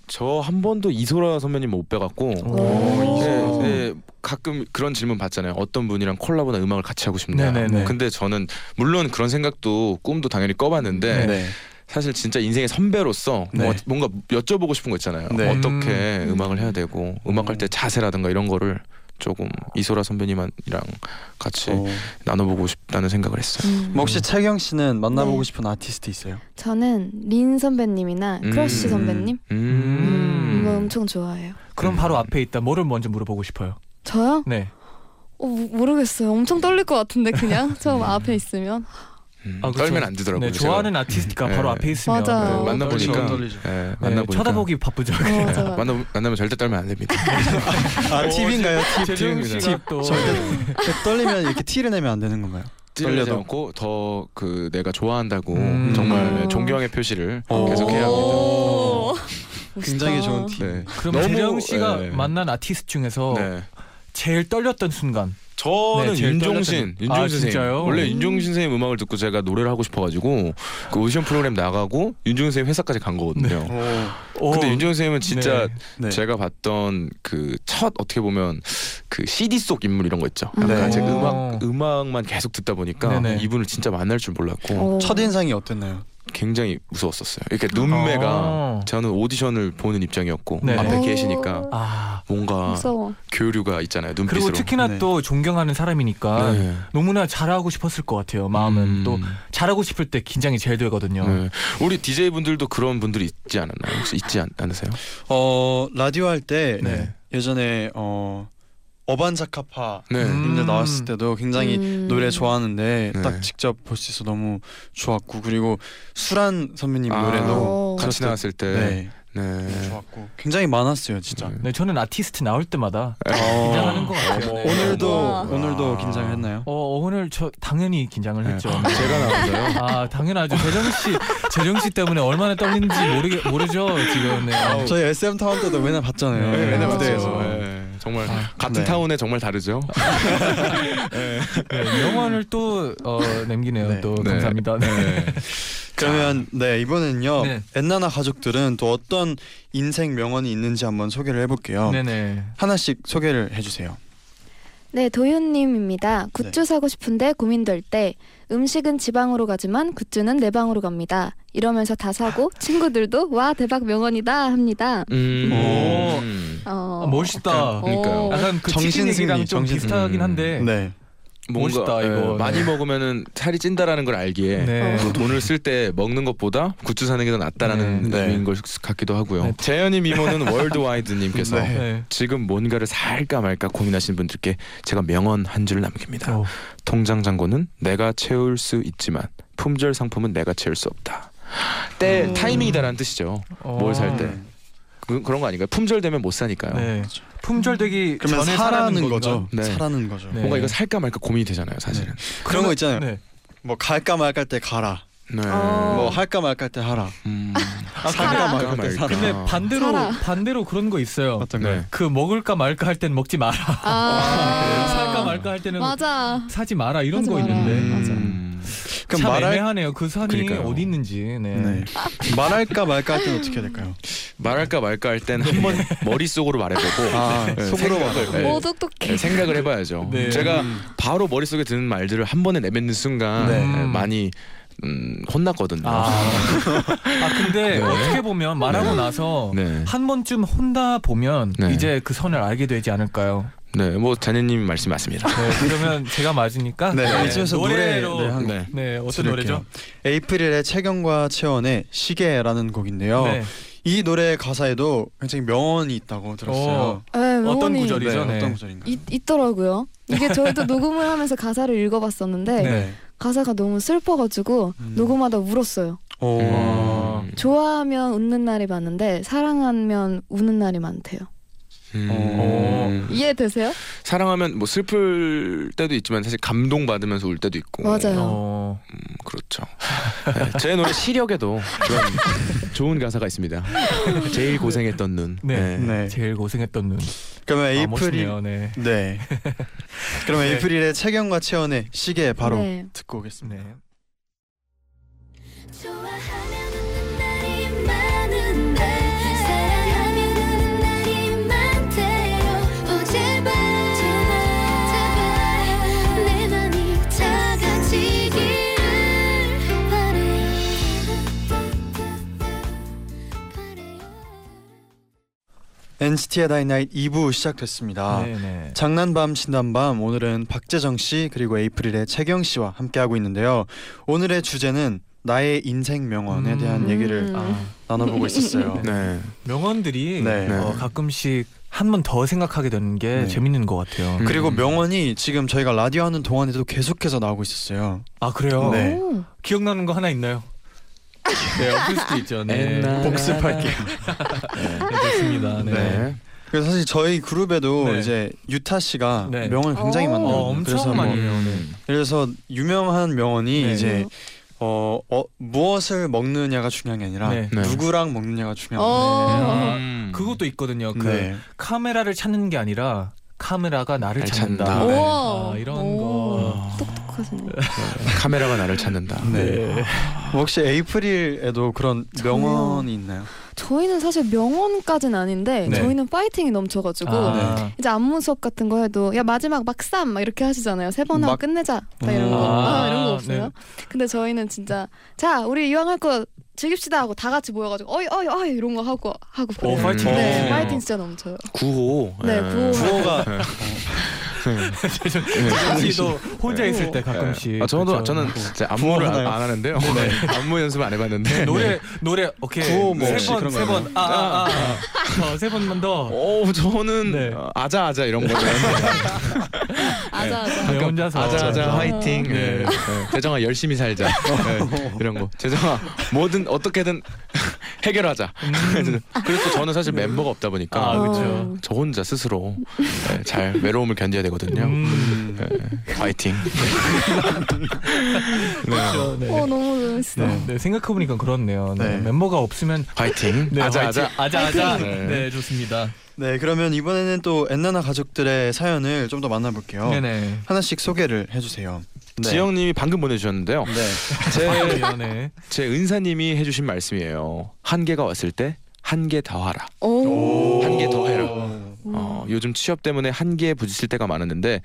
Speaker 5: 저 한 번도 이소라 선배님 못 뵈갖고
Speaker 3: 오. 어.
Speaker 5: 네, 네, 가끔 그런 질문 받잖아요. 어떤 분이랑 콜라보나 음악을 같이 하고 싶냐.
Speaker 3: 네네네.
Speaker 5: 근데 저는 물론 그런 생각도 꿈도 당연히
Speaker 3: 네.
Speaker 5: 꿔봤는데 사실 진짜 인생의 선배로서 뭐
Speaker 2: 네.
Speaker 5: 뭔가 여쭤보고 싶은 거 있잖아요.
Speaker 2: 네.
Speaker 5: 어떻게
Speaker 1: 음.
Speaker 5: 음. 악을 해야 되고 음악할 때 자세라든가 이런 거를 조금 이소라 선배님이랑 같이
Speaker 3: 어.
Speaker 2: 오.
Speaker 5: 나눠보고 싶다는 생각을 했어요.
Speaker 6: 음.
Speaker 2: 뭐 혹시 채경 씨는 만나보고
Speaker 6: 네.
Speaker 2: 싶은 아티스트 있어요?
Speaker 6: 저는 린 선배님이나
Speaker 5: 음.
Speaker 6: 크러쉬 선배님
Speaker 5: 음.
Speaker 6: 뭐 엄청 좋아해요.
Speaker 3: 그럼 바로 앞에 있다. 뭐를 먼저 물어보고 싶어요?
Speaker 6: 저요?
Speaker 3: 네.
Speaker 6: 어, 모- 모르겠어요. 엄청 떨릴 것 같은데 그냥 저
Speaker 5: 네.
Speaker 6: 앞에 있으면
Speaker 5: 음.
Speaker 3: 아, 그쵸.
Speaker 5: 떨면 안 되더라고요.
Speaker 3: 네, 좋아하는 아티스트가
Speaker 5: 네.
Speaker 3: 바로 앞에 있으면 그렇죠.
Speaker 5: 제가. 네,
Speaker 6: 맞아요.
Speaker 5: 만나보니까
Speaker 2: 떨리죠, 떨리죠.
Speaker 5: 네,
Speaker 3: 네,
Speaker 5: 만나보니까 네,
Speaker 3: 쳐다보기 바쁘죠.
Speaker 6: 어, 맞아, 맞아.
Speaker 5: 만나 만나면 절대 떨면 안 됩니다.
Speaker 2: 아 팁인가요? 팁
Speaker 3: 재정
Speaker 2: 팁입니다. 팁.
Speaker 3: 씨가 또
Speaker 5: 네.
Speaker 2: 절대 떨리면 이렇게 티를 내면 안 되는 건가요?
Speaker 5: 떨려도
Speaker 2: 떨려도.
Speaker 5: 않고 더 그 내가 좋아한다고
Speaker 3: 음. 어.
Speaker 5: 정말
Speaker 6: 음.
Speaker 5: 존경의 표시를
Speaker 2: 오.
Speaker 5: 계속해야 합니다.
Speaker 6: 오.
Speaker 2: 굉장히
Speaker 6: 멋있다.
Speaker 2: 좋은 팁.
Speaker 5: 네.
Speaker 3: 그럼
Speaker 5: 너무-
Speaker 3: 재정 씨가
Speaker 5: 네.
Speaker 3: 만난 아티스트 중에서
Speaker 5: 네.
Speaker 3: 제일 떨렸던 순간.
Speaker 5: 저는
Speaker 3: 어. 네, 제일
Speaker 5: 윤종신,
Speaker 3: 떨렸던-
Speaker 5: 윤종신
Speaker 3: 아,
Speaker 5: 선생님.
Speaker 3: 진짜요?
Speaker 5: 원래
Speaker 3: 음.
Speaker 5: 윤종신 선생님 음악을 듣고 제가 노래를 하고 싶어가지고 그 오디션 프로그램 나가고 윤종신 선생님 회사까지 간 거거든요.
Speaker 2: 오.
Speaker 3: 오,
Speaker 5: 어. 근데 윤종신 선생님은 진짜
Speaker 3: 어. 네.
Speaker 2: 어, 네.
Speaker 5: 제가 봤던 그 첫 어떻게 보면 그 CD 속 인물 이런 거 있죠.
Speaker 6: 음.
Speaker 5: 약간
Speaker 2: 네.
Speaker 5: 제가
Speaker 3: 오.
Speaker 5: 음악 음악만 계속 듣다 보니까
Speaker 3: 어. 네네.
Speaker 5: 이분을 진짜 만날 줄 몰랐고
Speaker 6: 오.
Speaker 2: 첫 인상이 어땠나요?
Speaker 5: 굉장히 무서웠었어요. 이렇게 눈매가
Speaker 3: 아.
Speaker 5: 저는 오디션을 보는 입장이었고
Speaker 3: 네네. 어.
Speaker 5: 앞에
Speaker 6: 오.
Speaker 5: 계시니까
Speaker 3: 아.
Speaker 5: 뭔가
Speaker 6: 무서워.
Speaker 5: 교류가 있잖아요 눈빛으로.
Speaker 3: 그리고 특히나
Speaker 2: 네.
Speaker 3: 또 존경하는 사람이니까
Speaker 5: 네.
Speaker 3: 너무나 잘하고 싶었을 것 같아요. 마음은
Speaker 5: 음.
Speaker 3: 또 잘하고 싶을 때 긴장이 제일 되거든요.
Speaker 5: 네. 우리 DJ 분들도 그런 분들이 있지 않았나요? 혹시 있지 않, 않으세요?
Speaker 2: 어 라디오 할 때
Speaker 3: 네.
Speaker 2: 예전에 어 어반자카파
Speaker 5: 네.
Speaker 3: 음.
Speaker 2: 님들 나왔을 때도 굉장히
Speaker 6: 음.
Speaker 2: 노래 좋아하는데
Speaker 5: 네.
Speaker 2: 딱 직접 볼 수 있어 서 너무 좋았고 그리고 수란 선배님
Speaker 5: 아.
Speaker 2: 노래도
Speaker 6: 오.
Speaker 5: 같이
Speaker 2: 들었을
Speaker 5: 나왔을 때. 네.
Speaker 2: 네. 음. 좋았고 굉장히 많았어요 진짜.
Speaker 5: 네.
Speaker 3: 네, 저는 아티스트 나올 때마다
Speaker 2: 어.
Speaker 3: 긴장하는 것 같아요.
Speaker 5: 어머.
Speaker 3: 네.
Speaker 2: 오늘도
Speaker 6: 와.
Speaker 2: 오늘도 긴장했나요?
Speaker 3: 어, 오늘 저 당연히 긴장을
Speaker 5: 네.
Speaker 3: 했죠.
Speaker 5: 제가 나왔어요.
Speaker 3: 아 당연하죠. 재정 씨, 재정 씨 때문에 얼마나 떨리는지 모르게 모르죠 지금. 네. 아우.
Speaker 2: 저희 SM 타운 때도 맨날 봤잖아요.
Speaker 3: 네,
Speaker 5: 네,
Speaker 3: 맨날
Speaker 2: 무대에서.
Speaker 3: 봤어요.
Speaker 5: 네. 정말
Speaker 3: 아,
Speaker 5: 같은
Speaker 2: 네.
Speaker 5: 타운에 정말 다르죠.
Speaker 3: 네, 명언을 또 어, 남기네요.
Speaker 2: 네.
Speaker 3: 또
Speaker 5: 네.
Speaker 3: 감사합니다. 네.
Speaker 2: 그러면 네 이번에는요
Speaker 3: 네.
Speaker 2: 엔나나 가족들은 또 어떤 인생 명언이 있는지 한번 소개를 해볼게요.
Speaker 3: 네네.
Speaker 2: 하나씩 소개를 해주세요.
Speaker 6: 네, 도윤님입니다. 굿즈 사고 싶은데 고민될 때 음식은 지방으로 가지만 굿즈는 내 방으로 갑니다. 이러면서 다 사고 친구들도 와 대박 명언이다 합니다.
Speaker 5: 음.
Speaker 2: 오.
Speaker 5: 음.
Speaker 6: 어,
Speaker 3: 아, 멋있다.
Speaker 5: 그러니까요.
Speaker 6: 어.
Speaker 3: 약간 그 치킨
Speaker 2: 정신승리,
Speaker 3: 얘기랑 좀
Speaker 2: 정신승리.
Speaker 3: 비슷하긴 한데.
Speaker 2: 네.
Speaker 5: 뭔가
Speaker 3: 멋있다,
Speaker 5: 예,
Speaker 3: 이거.
Speaker 5: 많이
Speaker 3: 네.
Speaker 5: 먹으면은 살이 찐다라는 걸 알기에
Speaker 3: 네.
Speaker 5: 또 돈을 쓸 때 먹는 것보다 굿즈 사는 게 더 낫다라는
Speaker 2: 네.
Speaker 5: 의미인 것 같기도 하고요.
Speaker 3: 네.
Speaker 5: 재현이 미모는 월드와이드님께서
Speaker 2: 네.
Speaker 3: 네.
Speaker 5: 지금 뭔가를 살까 말까 고민하시는 분들께 제가 명언 한 줄 남깁니다.
Speaker 3: 어.
Speaker 5: 통장 잔고는 내가 채울 수 있지만 품절 상품은 내가 채울 수 없다. 때
Speaker 6: 음.
Speaker 5: 타이밍이다라는 뜻이죠. 뭘 살 때.
Speaker 2: 네.
Speaker 5: 그, 그런 거 아닌가요? 품절되면 못 사니까요.
Speaker 3: 어. 네. 품절되기
Speaker 2: 어, 그렇죠. 그러면
Speaker 3: 전에
Speaker 2: 사라는
Speaker 3: 사라는
Speaker 2: 거죠.
Speaker 3: 건가?
Speaker 5: 네.
Speaker 2: 사라는 거죠.
Speaker 3: 네.
Speaker 5: 뭔가 이거 살까 말까 고민이 되잖아요, 사실은.
Speaker 2: 그런 거 있잖아요.
Speaker 3: 네.
Speaker 2: 뭐 갈까 말까 할 때 가라.
Speaker 5: 네.
Speaker 3: 아.
Speaker 6: 어.
Speaker 2: 뭐 할까 말까 할 때 하라.
Speaker 5: 음.
Speaker 2: 아, 살까 말까 할 때
Speaker 5: 말까.
Speaker 2: 살아.
Speaker 3: 근데
Speaker 5: 아.
Speaker 3: 반대로
Speaker 6: 사라.
Speaker 3: 반대로 그런 거 있어요.
Speaker 2: 어떤
Speaker 5: 네.
Speaker 2: 거요?
Speaker 3: 그 먹을까 말까 할 때는 먹지 마라.
Speaker 6: 아,
Speaker 3: 살까 말까 할 때는
Speaker 6: 맞아.
Speaker 3: 사지 마라 이런
Speaker 6: 사지
Speaker 3: 거
Speaker 6: 마라.
Speaker 3: 있는데.
Speaker 6: 음.
Speaker 2: 그럼
Speaker 3: 참
Speaker 2: 말할
Speaker 3: 애매하네요. 그 선이
Speaker 5: 그러니까요.
Speaker 3: 어디 있는지. 네.
Speaker 2: 네. 말할까 말까 할 때는 어떻게 해야 될까요?
Speaker 5: 말할까 말까 할 땐 한 번 머릿속으로 말해보고
Speaker 2: 네. 아,
Speaker 5: 네,
Speaker 2: 속으로
Speaker 5: 생각을,
Speaker 2: 말하고.
Speaker 5: 네.
Speaker 6: 오 똑똑해.
Speaker 5: 네, 생각을 해봐야죠.
Speaker 3: 네.
Speaker 5: 제가
Speaker 2: 음.
Speaker 5: 바로 머릿속에 드는 말들을 한 번에 내뱉는 순간
Speaker 3: 네.
Speaker 5: 네, 많이 음, 혼났거든요.
Speaker 3: 아, 아 근데
Speaker 5: 네.
Speaker 3: 어떻게 보면 말하고 나서
Speaker 5: 네,
Speaker 3: 한 번쯤 혼다 보면
Speaker 5: 네.
Speaker 3: 이제 그 선을 알게 되지 않을까요?
Speaker 5: 네, 뭐 자녀님 말씀 맞습니다.
Speaker 3: 네, 그러면 제가 맞으니까
Speaker 2: 네,
Speaker 3: 네,
Speaker 2: 이쯤에서 노래
Speaker 3: 노래로
Speaker 2: 네, 한
Speaker 5: 네,
Speaker 3: 네, 어떤
Speaker 2: 들을게요.
Speaker 3: 노래죠?
Speaker 2: 에이프릴의 채경과 채원의 시계라는 곡인데요.
Speaker 3: 네.
Speaker 2: 이 노래 가사에도 굉장히 명언이 있다고 들었어요.
Speaker 6: 네,
Speaker 3: 어떤
Speaker 6: 명언이
Speaker 3: 구절이- 구절이죠? 네.
Speaker 2: 어떤 구절인가요?
Speaker 6: 있, 있더라고요. 이게 저희도 녹음을 하면서 가사를 읽어봤었는데
Speaker 3: 네.
Speaker 6: 가사가 너무 슬퍼가지고
Speaker 2: 음.
Speaker 6: 녹음하다 울었어요.
Speaker 2: 오.
Speaker 3: 음.
Speaker 6: 좋아하면 웃는 날이 많은데 사랑하면 우는 날이 많대요.
Speaker 5: 음.
Speaker 2: 오.
Speaker 5: 네.
Speaker 6: 이해되세요?
Speaker 5: 사랑하면 뭐 슬플 때도 있지만 사실 감동 받으면서 울 때도 있고.
Speaker 6: 맞아요.
Speaker 3: 어,
Speaker 5: 음, 그렇죠. 네, 제 노래 시력에도 그런 좋은 가사가 있습니다. 제일 고생했던 눈.
Speaker 3: 네.
Speaker 2: 네.
Speaker 3: 제일 고생했던 눈.
Speaker 2: 그러면
Speaker 3: 아,
Speaker 2: 에이프릴
Speaker 3: 멋있네요. 네.
Speaker 2: 네. 그럼 에이프릴의 채경과 채원의 시계 바로
Speaker 6: 네.
Speaker 2: 듣고 오겠습니다.
Speaker 3: 네.
Speaker 7: 좋아하면 웃는 날이 많은데 사랑하면 우는 날이 많대요 어 제발 제발 제발 내 맘이 차가지기를 바래요
Speaker 2: NCT의 다이나잇 2부 시작됐습니다.
Speaker 3: 네, 네.
Speaker 2: 장난밤 신담밤 오늘은 박재정 씨 그리고 에이프릴의 채경 씨와 함께하고 있는데요. 오늘의 주제는 나의 인생 명언에
Speaker 3: 음.
Speaker 2: 대한 얘기를
Speaker 6: 음.
Speaker 3: 아,
Speaker 2: 나눠보고 있었어요.
Speaker 5: 네.
Speaker 3: 명언들이
Speaker 2: 네.
Speaker 3: 어, 가끔씩 한 번 더 생각하게 되는 게
Speaker 2: 네.
Speaker 3: 재밌는 것 같아요.
Speaker 5: 음.
Speaker 2: 그리고 명언이 지금 저희가 라디오 하는 동안에도 계속해서 나오고 있었어요.
Speaker 3: 아 그래요?
Speaker 2: 네.
Speaker 6: 오.
Speaker 3: 기억나는 거 하나 있나요? 네, 없을 수도 있죠. 네.
Speaker 5: 옛날.
Speaker 2: 복습할게요.
Speaker 3: 네, 좋습니다. 네.
Speaker 5: 네.
Speaker 2: 그래서 사실 저희 그룹에도
Speaker 3: 네.
Speaker 2: 이제 유타 씨가
Speaker 3: 네.
Speaker 2: 명언을 굉장히
Speaker 6: 어.
Speaker 2: 많이
Speaker 3: 어,
Speaker 2: 나요.
Speaker 3: 엄청
Speaker 2: 그래서
Speaker 3: 많이
Speaker 2: 뭐
Speaker 3: 해요.
Speaker 5: 음.
Speaker 2: 예를 들어서 유명한 명언이
Speaker 3: 네.
Speaker 2: 이제 어, 어, 무엇을 먹느냐가 중요한 게 아니라
Speaker 3: 네.
Speaker 5: 네.
Speaker 2: 누구랑 먹느냐가 중요한 거
Speaker 6: 어.
Speaker 3: 아,
Speaker 2: 음.
Speaker 3: 그것도 있거든요. 그
Speaker 2: 네.
Speaker 3: 카메라를 찾는 게 아니라 카메라가 나를
Speaker 5: 날
Speaker 3: 찾는다.
Speaker 5: 찾는다.
Speaker 3: 네.
Speaker 6: 오.
Speaker 3: 아, 이런
Speaker 6: 오.
Speaker 3: 거.
Speaker 6: 똑똑하시네요.
Speaker 5: 카메라가 나를 찾는다.
Speaker 2: 네. 혹시 에이프릴에도 그런
Speaker 6: 저요?
Speaker 2: 명언이 있나요?
Speaker 6: 저희는 사실 명언까진 아닌데
Speaker 3: 네.
Speaker 6: 저희는 파이팅이 넘쳐가지고
Speaker 3: 아,
Speaker 6: 이제 안무 수업 같은 거 해도 야 마지막 막삼 막 이렇게 하시잖아요. 세 번 하고
Speaker 2: 막-
Speaker 6: 끝내자 막 이런 거
Speaker 3: 아,
Speaker 6: 아, 이런 거 없어요.
Speaker 3: 네.
Speaker 6: 근데 저희는 진짜 자 우리 이왕 할 거 즐깁시다 하고 다 같이 모여가지고 어이 어이 어이 이런 거 하고 하고
Speaker 3: 오,
Speaker 6: 그래요.
Speaker 3: 어, 파이팅.
Speaker 6: 네
Speaker 5: 오.
Speaker 6: 파이팅 진짜 넘쳐요.
Speaker 5: 구호.
Speaker 6: 네, 구호.
Speaker 2: 구호가
Speaker 3: 씨도 혼자
Speaker 6: 네.
Speaker 3: 있을 때 가끔씩.
Speaker 5: 아, 저도
Speaker 3: 그렇죠.
Speaker 5: 저는 이제 안무를
Speaker 2: 구호
Speaker 5: 안,
Speaker 2: 하나요?
Speaker 5: 안 하는데요. 안무 연습 안 해봤는데.
Speaker 3: 네, 노래 노래 오케이.
Speaker 2: 구호 뭐 혹시 그런 거
Speaker 3: 세번세번 아 아 아세 번만 더.
Speaker 5: 오, 어, 저는
Speaker 3: 네.
Speaker 5: 어, 아자 아자 이런 거는
Speaker 6: 아자 아자.
Speaker 3: 네, 혼자서
Speaker 5: 아자 아자 화이팅.
Speaker 3: 네.
Speaker 5: 네. 네. 재정아 열심히 살자. 네. 이런 거. 재정아 뭐든 어떻게든 해결하자.
Speaker 3: 음. 네.
Speaker 5: 그리고 또 저는 사실 멤버가 없다 보니까
Speaker 3: 아, 그쵸.
Speaker 6: 어.
Speaker 5: 저 혼자 스스로 네, 잘 외로움을 견뎌야
Speaker 6: 아.
Speaker 5: 되거든요.
Speaker 3: 음.
Speaker 2: 음,
Speaker 5: 네, 화이팅.
Speaker 3: 그렇죠. 네.
Speaker 6: 어 너무 재밌어.
Speaker 3: 네. 네, 생각해보니까 그렇네요. 네.
Speaker 2: 네.
Speaker 3: 멤버가 없으면
Speaker 5: 화이팅.
Speaker 3: 네,
Speaker 5: 아자
Speaker 3: 화이팅.
Speaker 5: 아자.
Speaker 3: 아자 아자
Speaker 5: 네.
Speaker 3: 네 좋습니다.
Speaker 2: 네 그러면 이번에는 또 엔나나 가족들의 사연을 좀 더 만나볼게요.
Speaker 3: 네네.
Speaker 2: 하나씩 소개를 해주세요. 네.
Speaker 5: 지영님이 방금 보내주셨는데요.
Speaker 2: 네.
Speaker 5: 제
Speaker 3: 아, 네.
Speaker 5: 제 은사님이 해주신 말씀이에요. 한계가 왔을 때 한계 더하라.
Speaker 6: 어, 오.
Speaker 5: 한 개 더 해라. 어, 요즘 취업 때문에 한계에 부딪힐 때가 많았는데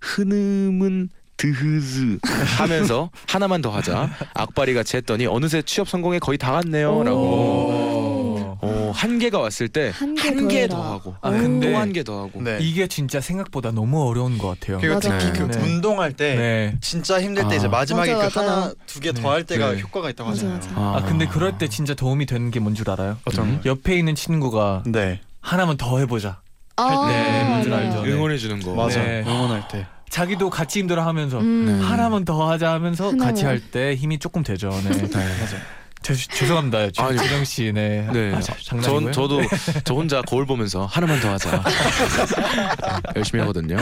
Speaker 5: 흔음은 드흐즈 하면서 하나만 더 하자 악바리 같이 했더니 어느새 취업 성공에 거의 다 왔네요라고.
Speaker 6: 오.
Speaker 5: 어, 한계가 왔을 때
Speaker 6: 한개
Speaker 5: 한
Speaker 6: 더
Speaker 5: 개
Speaker 6: 해라.
Speaker 5: 더 하고
Speaker 3: 아, 근데
Speaker 5: 또 한 개 더 하고.
Speaker 2: 네.
Speaker 3: 이게 진짜 생각보다 너무 어려운 것 같아요.
Speaker 2: 그리고
Speaker 6: 맞아.
Speaker 2: 특히 그
Speaker 3: 네.
Speaker 2: 운동할 때
Speaker 3: 네.
Speaker 2: 진짜 힘들 때
Speaker 5: 아.
Speaker 2: 이제 마지막에
Speaker 6: 맞아,
Speaker 2: 그
Speaker 6: 맞아요.
Speaker 2: 하나 두 개 더 할 때가
Speaker 5: 네.
Speaker 2: 효과가 있다고
Speaker 6: 맞아
Speaker 2: 하잖아요.
Speaker 6: 맞아.
Speaker 3: 아 근데 그럴 때 진짜 도움이 되는 게 뭔 줄 알아요?
Speaker 5: 음?
Speaker 2: 어떤 거요?
Speaker 3: 옆에 있는 친구가
Speaker 2: 네.
Speaker 3: 하나만 더 해보자.
Speaker 6: 아,
Speaker 3: 네, 뭔지
Speaker 6: 맞아요.
Speaker 3: 알죠.
Speaker 5: 응원해 주는 거.
Speaker 2: 맞아.
Speaker 3: 네.
Speaker 2: 응원할 때.
Speaker 3: 자기도 같이 힘들어하면서
Speaker 6: 음.
Speaker 3: 하나만 더 하자 하면서
Speaker 6: 하나만.
Speaker 3: 같이 할 때 힘이 조금 되죠. 네.
Speaker 2: 맞아.
Speaker 3: 제, 죄송합니다.
Speaker 5: 아니.
Speaker 3: 주정 씨. 네.
Speaker 5: 네.
Speaker 3: 아, 자, 장난이고요.
Speaker 5: 전 저도 저 혼자 거울 보면서 하나만 더 하자. 열심히 하거든요.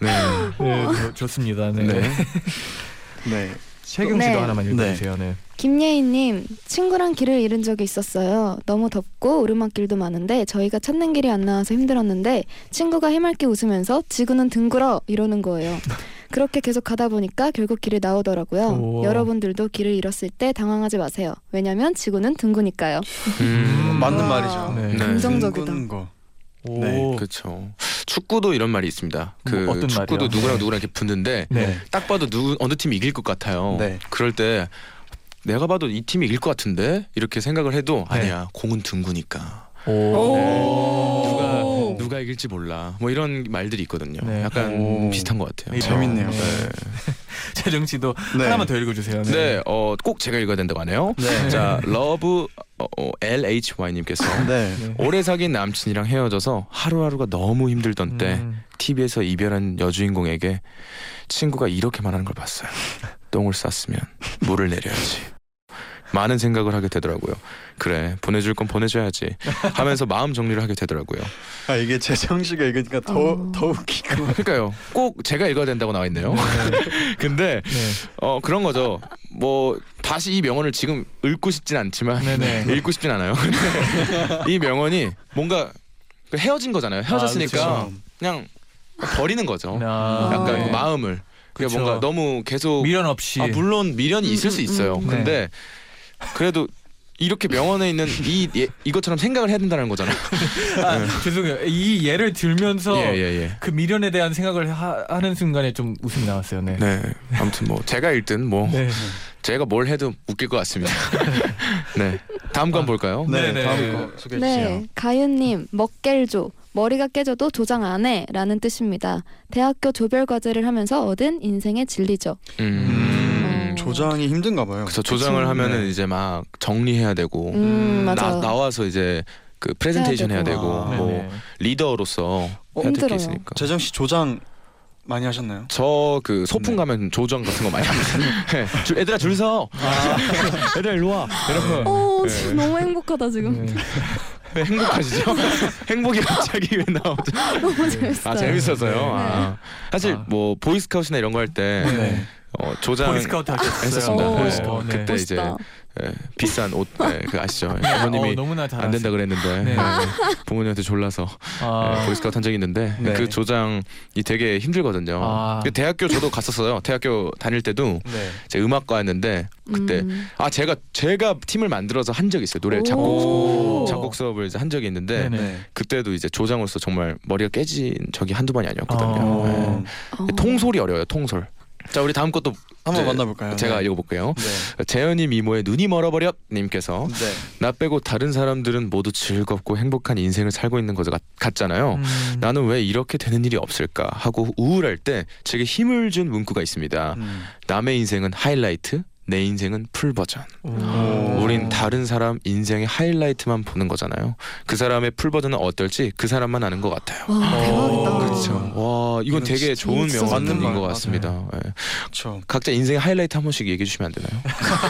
Speaker 5: 네.
Speaker 3: 네, 좋- 좋습니다. 네.
Speaker 5: 네.
Speaker 2: 네.
Speaker 3: 최경 씨도
Speaker 6: 네.
Speaker 3: 하나만 읽어주세요. 네.
Speaker 6: 김예희님 친구랑 길을 잃은 적이 있었어요. 너무 덥고 오르막길도 많은데 저희가 찾는 길이 안 나와서 힘들었는데 친구가 해맑게 웃으면서 지구는 둥그러 이러는 거예요. 그렇게 계속 가다 보니까 결국 길이 나오더라고요.
Speaker 3: 우와.
Speaker 6: 여러분들도 길을 잃었을 때 당황하지 마세요. 왜냐면 지구는 둥그니까요.
Speaker 5: 음,
Speaker 2: 맞는 말이죠.
Speaker 3: 네.
Speaker 5: 네.
Speaker 6: 긍정적이다.
Speaker 2: 둥근 거.
Speaker 3: 오.
Speaker 2: 네,
Speaker 5: 그렇죠. 축구도 이런 말이 있습니다. 그
Speaker 3: 뭐 어떤
Speaker 5: 축구도
Speaker 3: 말이요?
Speaker 5: 누구랑
Speaker 2: 네.
Speaker 5: 누구랑 이렇게 붙는데
Speaker 3: 네.
Speaker 5: 딱 봐도 누 어느 팀이 이길 것 같아요.
Speaker 2: 네.
Speaker 5: 그럴 때 내가 봐도 이 팀이 이길 것 같은데 이렇게 생각을 해도
Speaker 3: 네.
Speaker 5: 아니야 공은 둥구니까
Speaker 3: 오.
Speaker 5: 누가 이길지 몰라 뭐 이런 말들이 있거든요.
Speaker 3: 네.
Speaker 5: 약간
Speaker 2: 오.
Speaker 5: 비슷한 것 같아요.
Speaker 3: 네,
Speaker 2: 재밌네요.
Speaker 3: 네. 재정 씨도
Speaker 2: 네.
Speaker 3: 하나만 더 읽어주세요.
Speaker 5: 네, 어, 꼭 제가 읽어야 된다고 하네요.
Speaker 2: 네.
Speaker 5: 자, 러브 어, 어, LHY님께서
Speaker 2: 네.
Speaker 5: 오래 사귄 남친이랑 헤어져서 하루하루가 너무 힘들던 때
Speaker 3: 음.
Speaker 5: TV에서 이별한 여주인공에게 친구가 이렇게 말하는 걸 봤어요. 똥을 쌌으면 물을 내려야지. 많은 생각을 하게 되더라고요. 그래 보내줄 건 보내줘야지 하면서 마음 정리를 하게 되더라고요.
Speaker 2: 아 이게 재정 씨가 읽으니까 더
Speaker 6: 어.
Speaker 2: 더 웃기고.
Speaker 5: 그러니까요. 꼭 제가 읽어야 된다고 나와 있네요. 근데
Speaker 3: 네.
Speaker 5: 어 그런 거죠. 뭐 다시 이 명언을 지금 읽고 싶진 않지만
Speaker 3: 네네.
Speaker 5: 읽고 싶진 않아요. 근데 이 명언이 뭔가 그 헤어진 거잖아요. 헤어졌으니까
Speaker 2: 아, 그쵸.
Speaker 5: 그냥 버리는 거죠.
Speaker 3: 아,
Speaker 5: 약간
Speaker 3: 네.
Speaker 5: 그 마음을 그게
Speaker 3: 그쵸.
Speaker 5: 뭔가 너무 계속
Speaker 3: 미련 없이.
Speaker 5: 아 물론 미련이 있을 수 있어요.
Speaker 3: 음.
Speaker 5: 근데 그래도 이렇게 명언에 있는 이 예, 이것처럼 생각을 해야 된다는 거잖아요.
Speaker 3: 아, 죄송해요. 이 예를 들면서
Speaker 5: 예, 예, 예.
Speaker 3: 그 미련에 대한 생각을 하, 하는 순간에 좀 웃음이 나왔어요. 네.
Speaker 5: 네. 아무튼 뭐 제가 읽든 뭐
Speaker 3: 네.
Speaker 5: 제가 뭘 해도 웃길 것 같습니다. 네. 다음 거 한번 볼까요?
Speaker 2: 네,
Speaker 3: 아, 네네.
Speaker 2: 다음 거 소개해 주세요.
Speaker 6: 네, 가윤님 먹갤조 머리가 깨져도 조장 안 해라는 뜻입니다. 대학교 조별 과제를 하면서 얻은 인생의 진리죠.
Speaker 5: 음.
Speaker 2: 음, 조장이 힘든가 봐요.
Speaker 5: 그래서 조장을
Speaker 6: 그치.
Speaker 5: 하면은
Speaker 2: 네.
Speaker 5: 이제 막 정리해야 되고
Speaker 6: 음,
Speaker 5: 나,
Speaker 6: 맞아요.
Speaker 5: 나와서 이제 그 프레젠테이션 해야
Speaker 6: 해야
Speaker 5: 되고,
Speaker 6: 되고.
Speaker 3: 아,
Speaker 5: 뭐
Speaker 3: 네네.
Speaker 5: 리더로서 해야 될 게
Speaker 6: 힘들어요.
Speaker 5: 있으니까.
Speaker 2: 재정 씨 조장 많이 하셨나요?
Speaker 5: 저 그 소풍
Speaker 2: 네.
Speaker 5: 가면 조정 같은 거 많이 합니다. 네. 줄- 얘들아 줄 서. 얘들아 일로 와. 여러분
Speaker 6: 오, 진짜 너무 행복하다 지금.
Speaker 3: 네.
Speaker 5: 왜 행복하시죠? 행복이 갑자기 왜 나오죠?
Speaker 6: 너무 재밌어요.
Speaker 5: 아 재밌어서요. 아. 사실
Speaker 3: 아.
Speaker 5: 뭐 보이스카우트나 이런 거 할 때
Speaker 3: 네.
Speaker 5: 어, 조장
Speaker 3: 보이스카우트 하셨어요.
Speaker 5: 했었습니다.
Speaker 6: 오.
Speaker 5: 네.
Speaker 3: 어, 네.
Speaker 5: 그때 이제
Speaker 6: 멋있다.
Speaker 5: 예, 비싼 옷 네, 그 아시죠?
Speaker 3: 어,
Speaker 5: 부모님이
Speaker 3: 너무나 잘
Speaker 5: 안 된다 그랬는데
Speaker 3: 네.
Speaker 5: 예, 부모님한테 졸라서
Speaker 3: 아.
Speaker 5: 예, 보이스카우트 한 적이 있는데
Speaker 3: 네.
Speaker 5: 그 조장이 되게 힘들거든요.
Speaker 3: 아.
Speaker 5: 그 대학교 저도 갔었어요. 대학교 다닐 때도
Speaker 2: 네.
Speaker 5: 제 음악과였는데 그때
Speaker 6: 음.
Speaker 5: 아 제가 제가 팀을 만들어서 한 적이 있어요. 노래 작곡
Speaker 3: 오.
Speaker 5: 작곡 수업을 이제 한 적이 있는데
Speaker 3: 네네.
Speaker 2: 네.
Speaker 5: 그때도 이제 조장으로서 정말 머리가 깨진 적이 한두 번이 아니었거든요.
Speaker 3: 어.
Speaker 2: 네.
Speaker 5: 예.
Speaker 6: 어.
Speaker 5: 통솔이 어려워요. 통솔. 자 우리 다음 것도
Speaker 2: 한번
Speaker 5: 네.
Speaker 3: 아,
Speaker 2: 만나볼까요?
Speaker 5: 제가
Speaker 2: 네.
Speaker 5: 읽어볼게요.
Speaker 2: 네.
Speaker 5: 재현이 미모에 눈이 멀어버렸 님께서
Speaker 2: 네.
Speaker 5: 나 빼고 다른 사람들은 모두 즐겁고 행복한 인생을 살고 있는 것 같- 같잖아요.
Speaker 3: 음.
Speaker 5: 어, 나는 왜 이렇게 되는 일이 없을까 하고 우울할 때 제게 힘을 준 문구가 있습니다.
Speaker 2: 음.
Speaker 5: 남의 인생은 하이라이트, 내 인생은 풀 버전.
Speaker 3: 오.
Speaker 5: 우린 다른 사람 인생의 하이라이트만 보는 거잖아요. 그 사람의 풀 버전은 어떨지 그 사람만 아는 것 같아요.
Speaker 6: 와 대박이다.
Speaker 2: 어,
Speaker 5: 그렇죠. 와 이건
Speaker 2: 이건 진짜
Speaker 5: 되게 좋은
Speaker 6: 진짜
Speaker 2: 맞는
Speaker 5: 명언인
Speaker 2: 말
Speaker 5: 것 같습니다. 예.
Speaker 2: 저
Speaker 5: 각자 인생의 하이라이트 한 번씩 얘기해 주시면 안 되나요?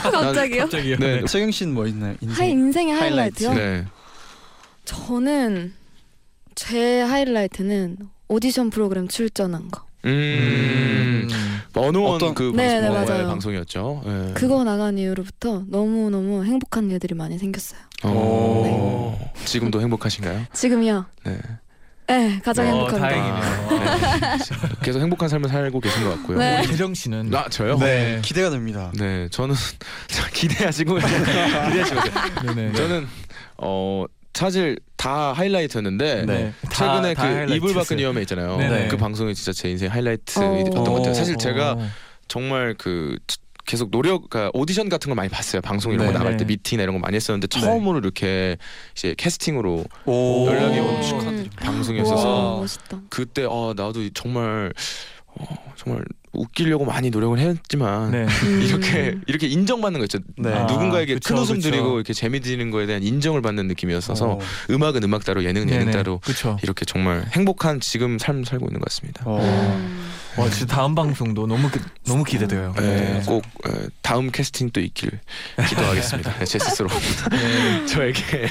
Speaker 6: 아, 갑자기요?
Speaker 3: 갑자기요.
Speaker 5: 네.
Speaker 3: 네.
Speaker 2: 세경 씨는 뭐 있나요?
Speaker 6: 하
Speaker 2: 인생.
Speaker 6: 인생의
Speaker 2: 하이라이트.
Speaker 6: 하이라이트요?
Speaker 5: 네.
Speaker 6: 저는 제 하이라이트는 오디션 프로그램 출전한 거.
Speaker 5: 음. 어느
Speaker 2: 어떤-
Speaker 5: 원그
Speaker 6: 네, 네,
Speaker 5: 방송,
Speaker 6: 맞아요.
Speaker 5: 방송이었죠. 예.
Speaker 6: 그거 나간 이후로부터 너무 너무 행복한 일들이 많이 생겼어요.
Speaker 3: 네.
Speaker 5: 오. 지금도 행복하신가요?
Speaker 6: 지금요.
Speaker 5: 네.
Speaker 6: 네, 가장
Speaker 3: 어,
Speaker 6: 행복합니다.
Speaker 3: 다행이네요.
Speaker 5: 계속 아, 행복한 삶을 살고 계신 것 같고요.
Speaker 6: 네.
Speaker 3: 우리 재정 씨는
Speaker 5: 나 저요?
Speaker 2: 네.
Speaker 3: 네.
Speaker 2: 기대가 됩니다.
Speaker 5: 네, 저는 기대하시고 기대하시고
Speaker 3: 네네.
Speaker 5: 저는 어 사실 다 하이라이트였는데
Speaker 2: 네.
Speaker 5: 최근에
Speaker 3: 다- 다
Speaker 5: 그
Speaker 3: 하이라이트
Speaker 5: 이불 밖은
Speaker 3: 했어요.
Speaker 5: 위험에 있잖아요.
Speaker 3: 네네.
Speaker 5: 그 방송이 진짜 제 인생 하이라이트였던
Speaker 6: 어.
Speaker 5: 것 같아요. 사실
Speaker 3: 어.
Speaker 5: 제가 정말 그 계속 노력, 그러니까 오디션 같은 걸 많이 봤어요. 방송 이런 거
Speaker 2: 네네.
Speaker 5: 나갈 때 미팅이나 이런 거 많이 했었는데
Speaker 3: 네.
Speaker 5: 처음으로 이렇게 이제 캐스팅으로
Speaker 2: 오.
Speaker 5: 연락이 온
Speaker 2: 축하드립니다.
Speaker 5: 방송이었어서
Speaker 2: 와.
Speaker 6: 와, 멋있다.
Speaker 5: 그때 어 나도 정말 어, 정말 웃기려고 많이 노력을 했지만
Speaker 3: 네.
Speaker 5: 이렇게
Speaker 6: 음.
Speaker 5: 이렇게 인정받는 거 있죠.
Speaker 2: 네.
Speaker 3: 아,
Speaker 5: 누군가에게
Speaker 3: 그쵸,
Speaker 5: 큰 웃음
Speaker 3: 그쵸.
Speaker 5: 드리고 이렇게 재미 드리는 거에 대한 인정을 받는 느낌이었어서 음악은 음악 따로 예능은 예능 따로
Speaker 3: 그렇죠.
Speaker 5: 이렇게 정말 행복한 지금 삶 살고 있는 것 같습니다.
Speaker 2: 어.
Speaker 6: 음.
Speaker 3: 와 진짜 다음 방송도 너무 기, 너무 기대돼요.
Speaker 5: 네,
Speaker 3: 네.
Speaker 5: 꼭 에, 다음 캐스팅 또 있길 기도하겠습니다. 네, 제 스스로
Speaker 3: 네.
Speaker 5: 저에게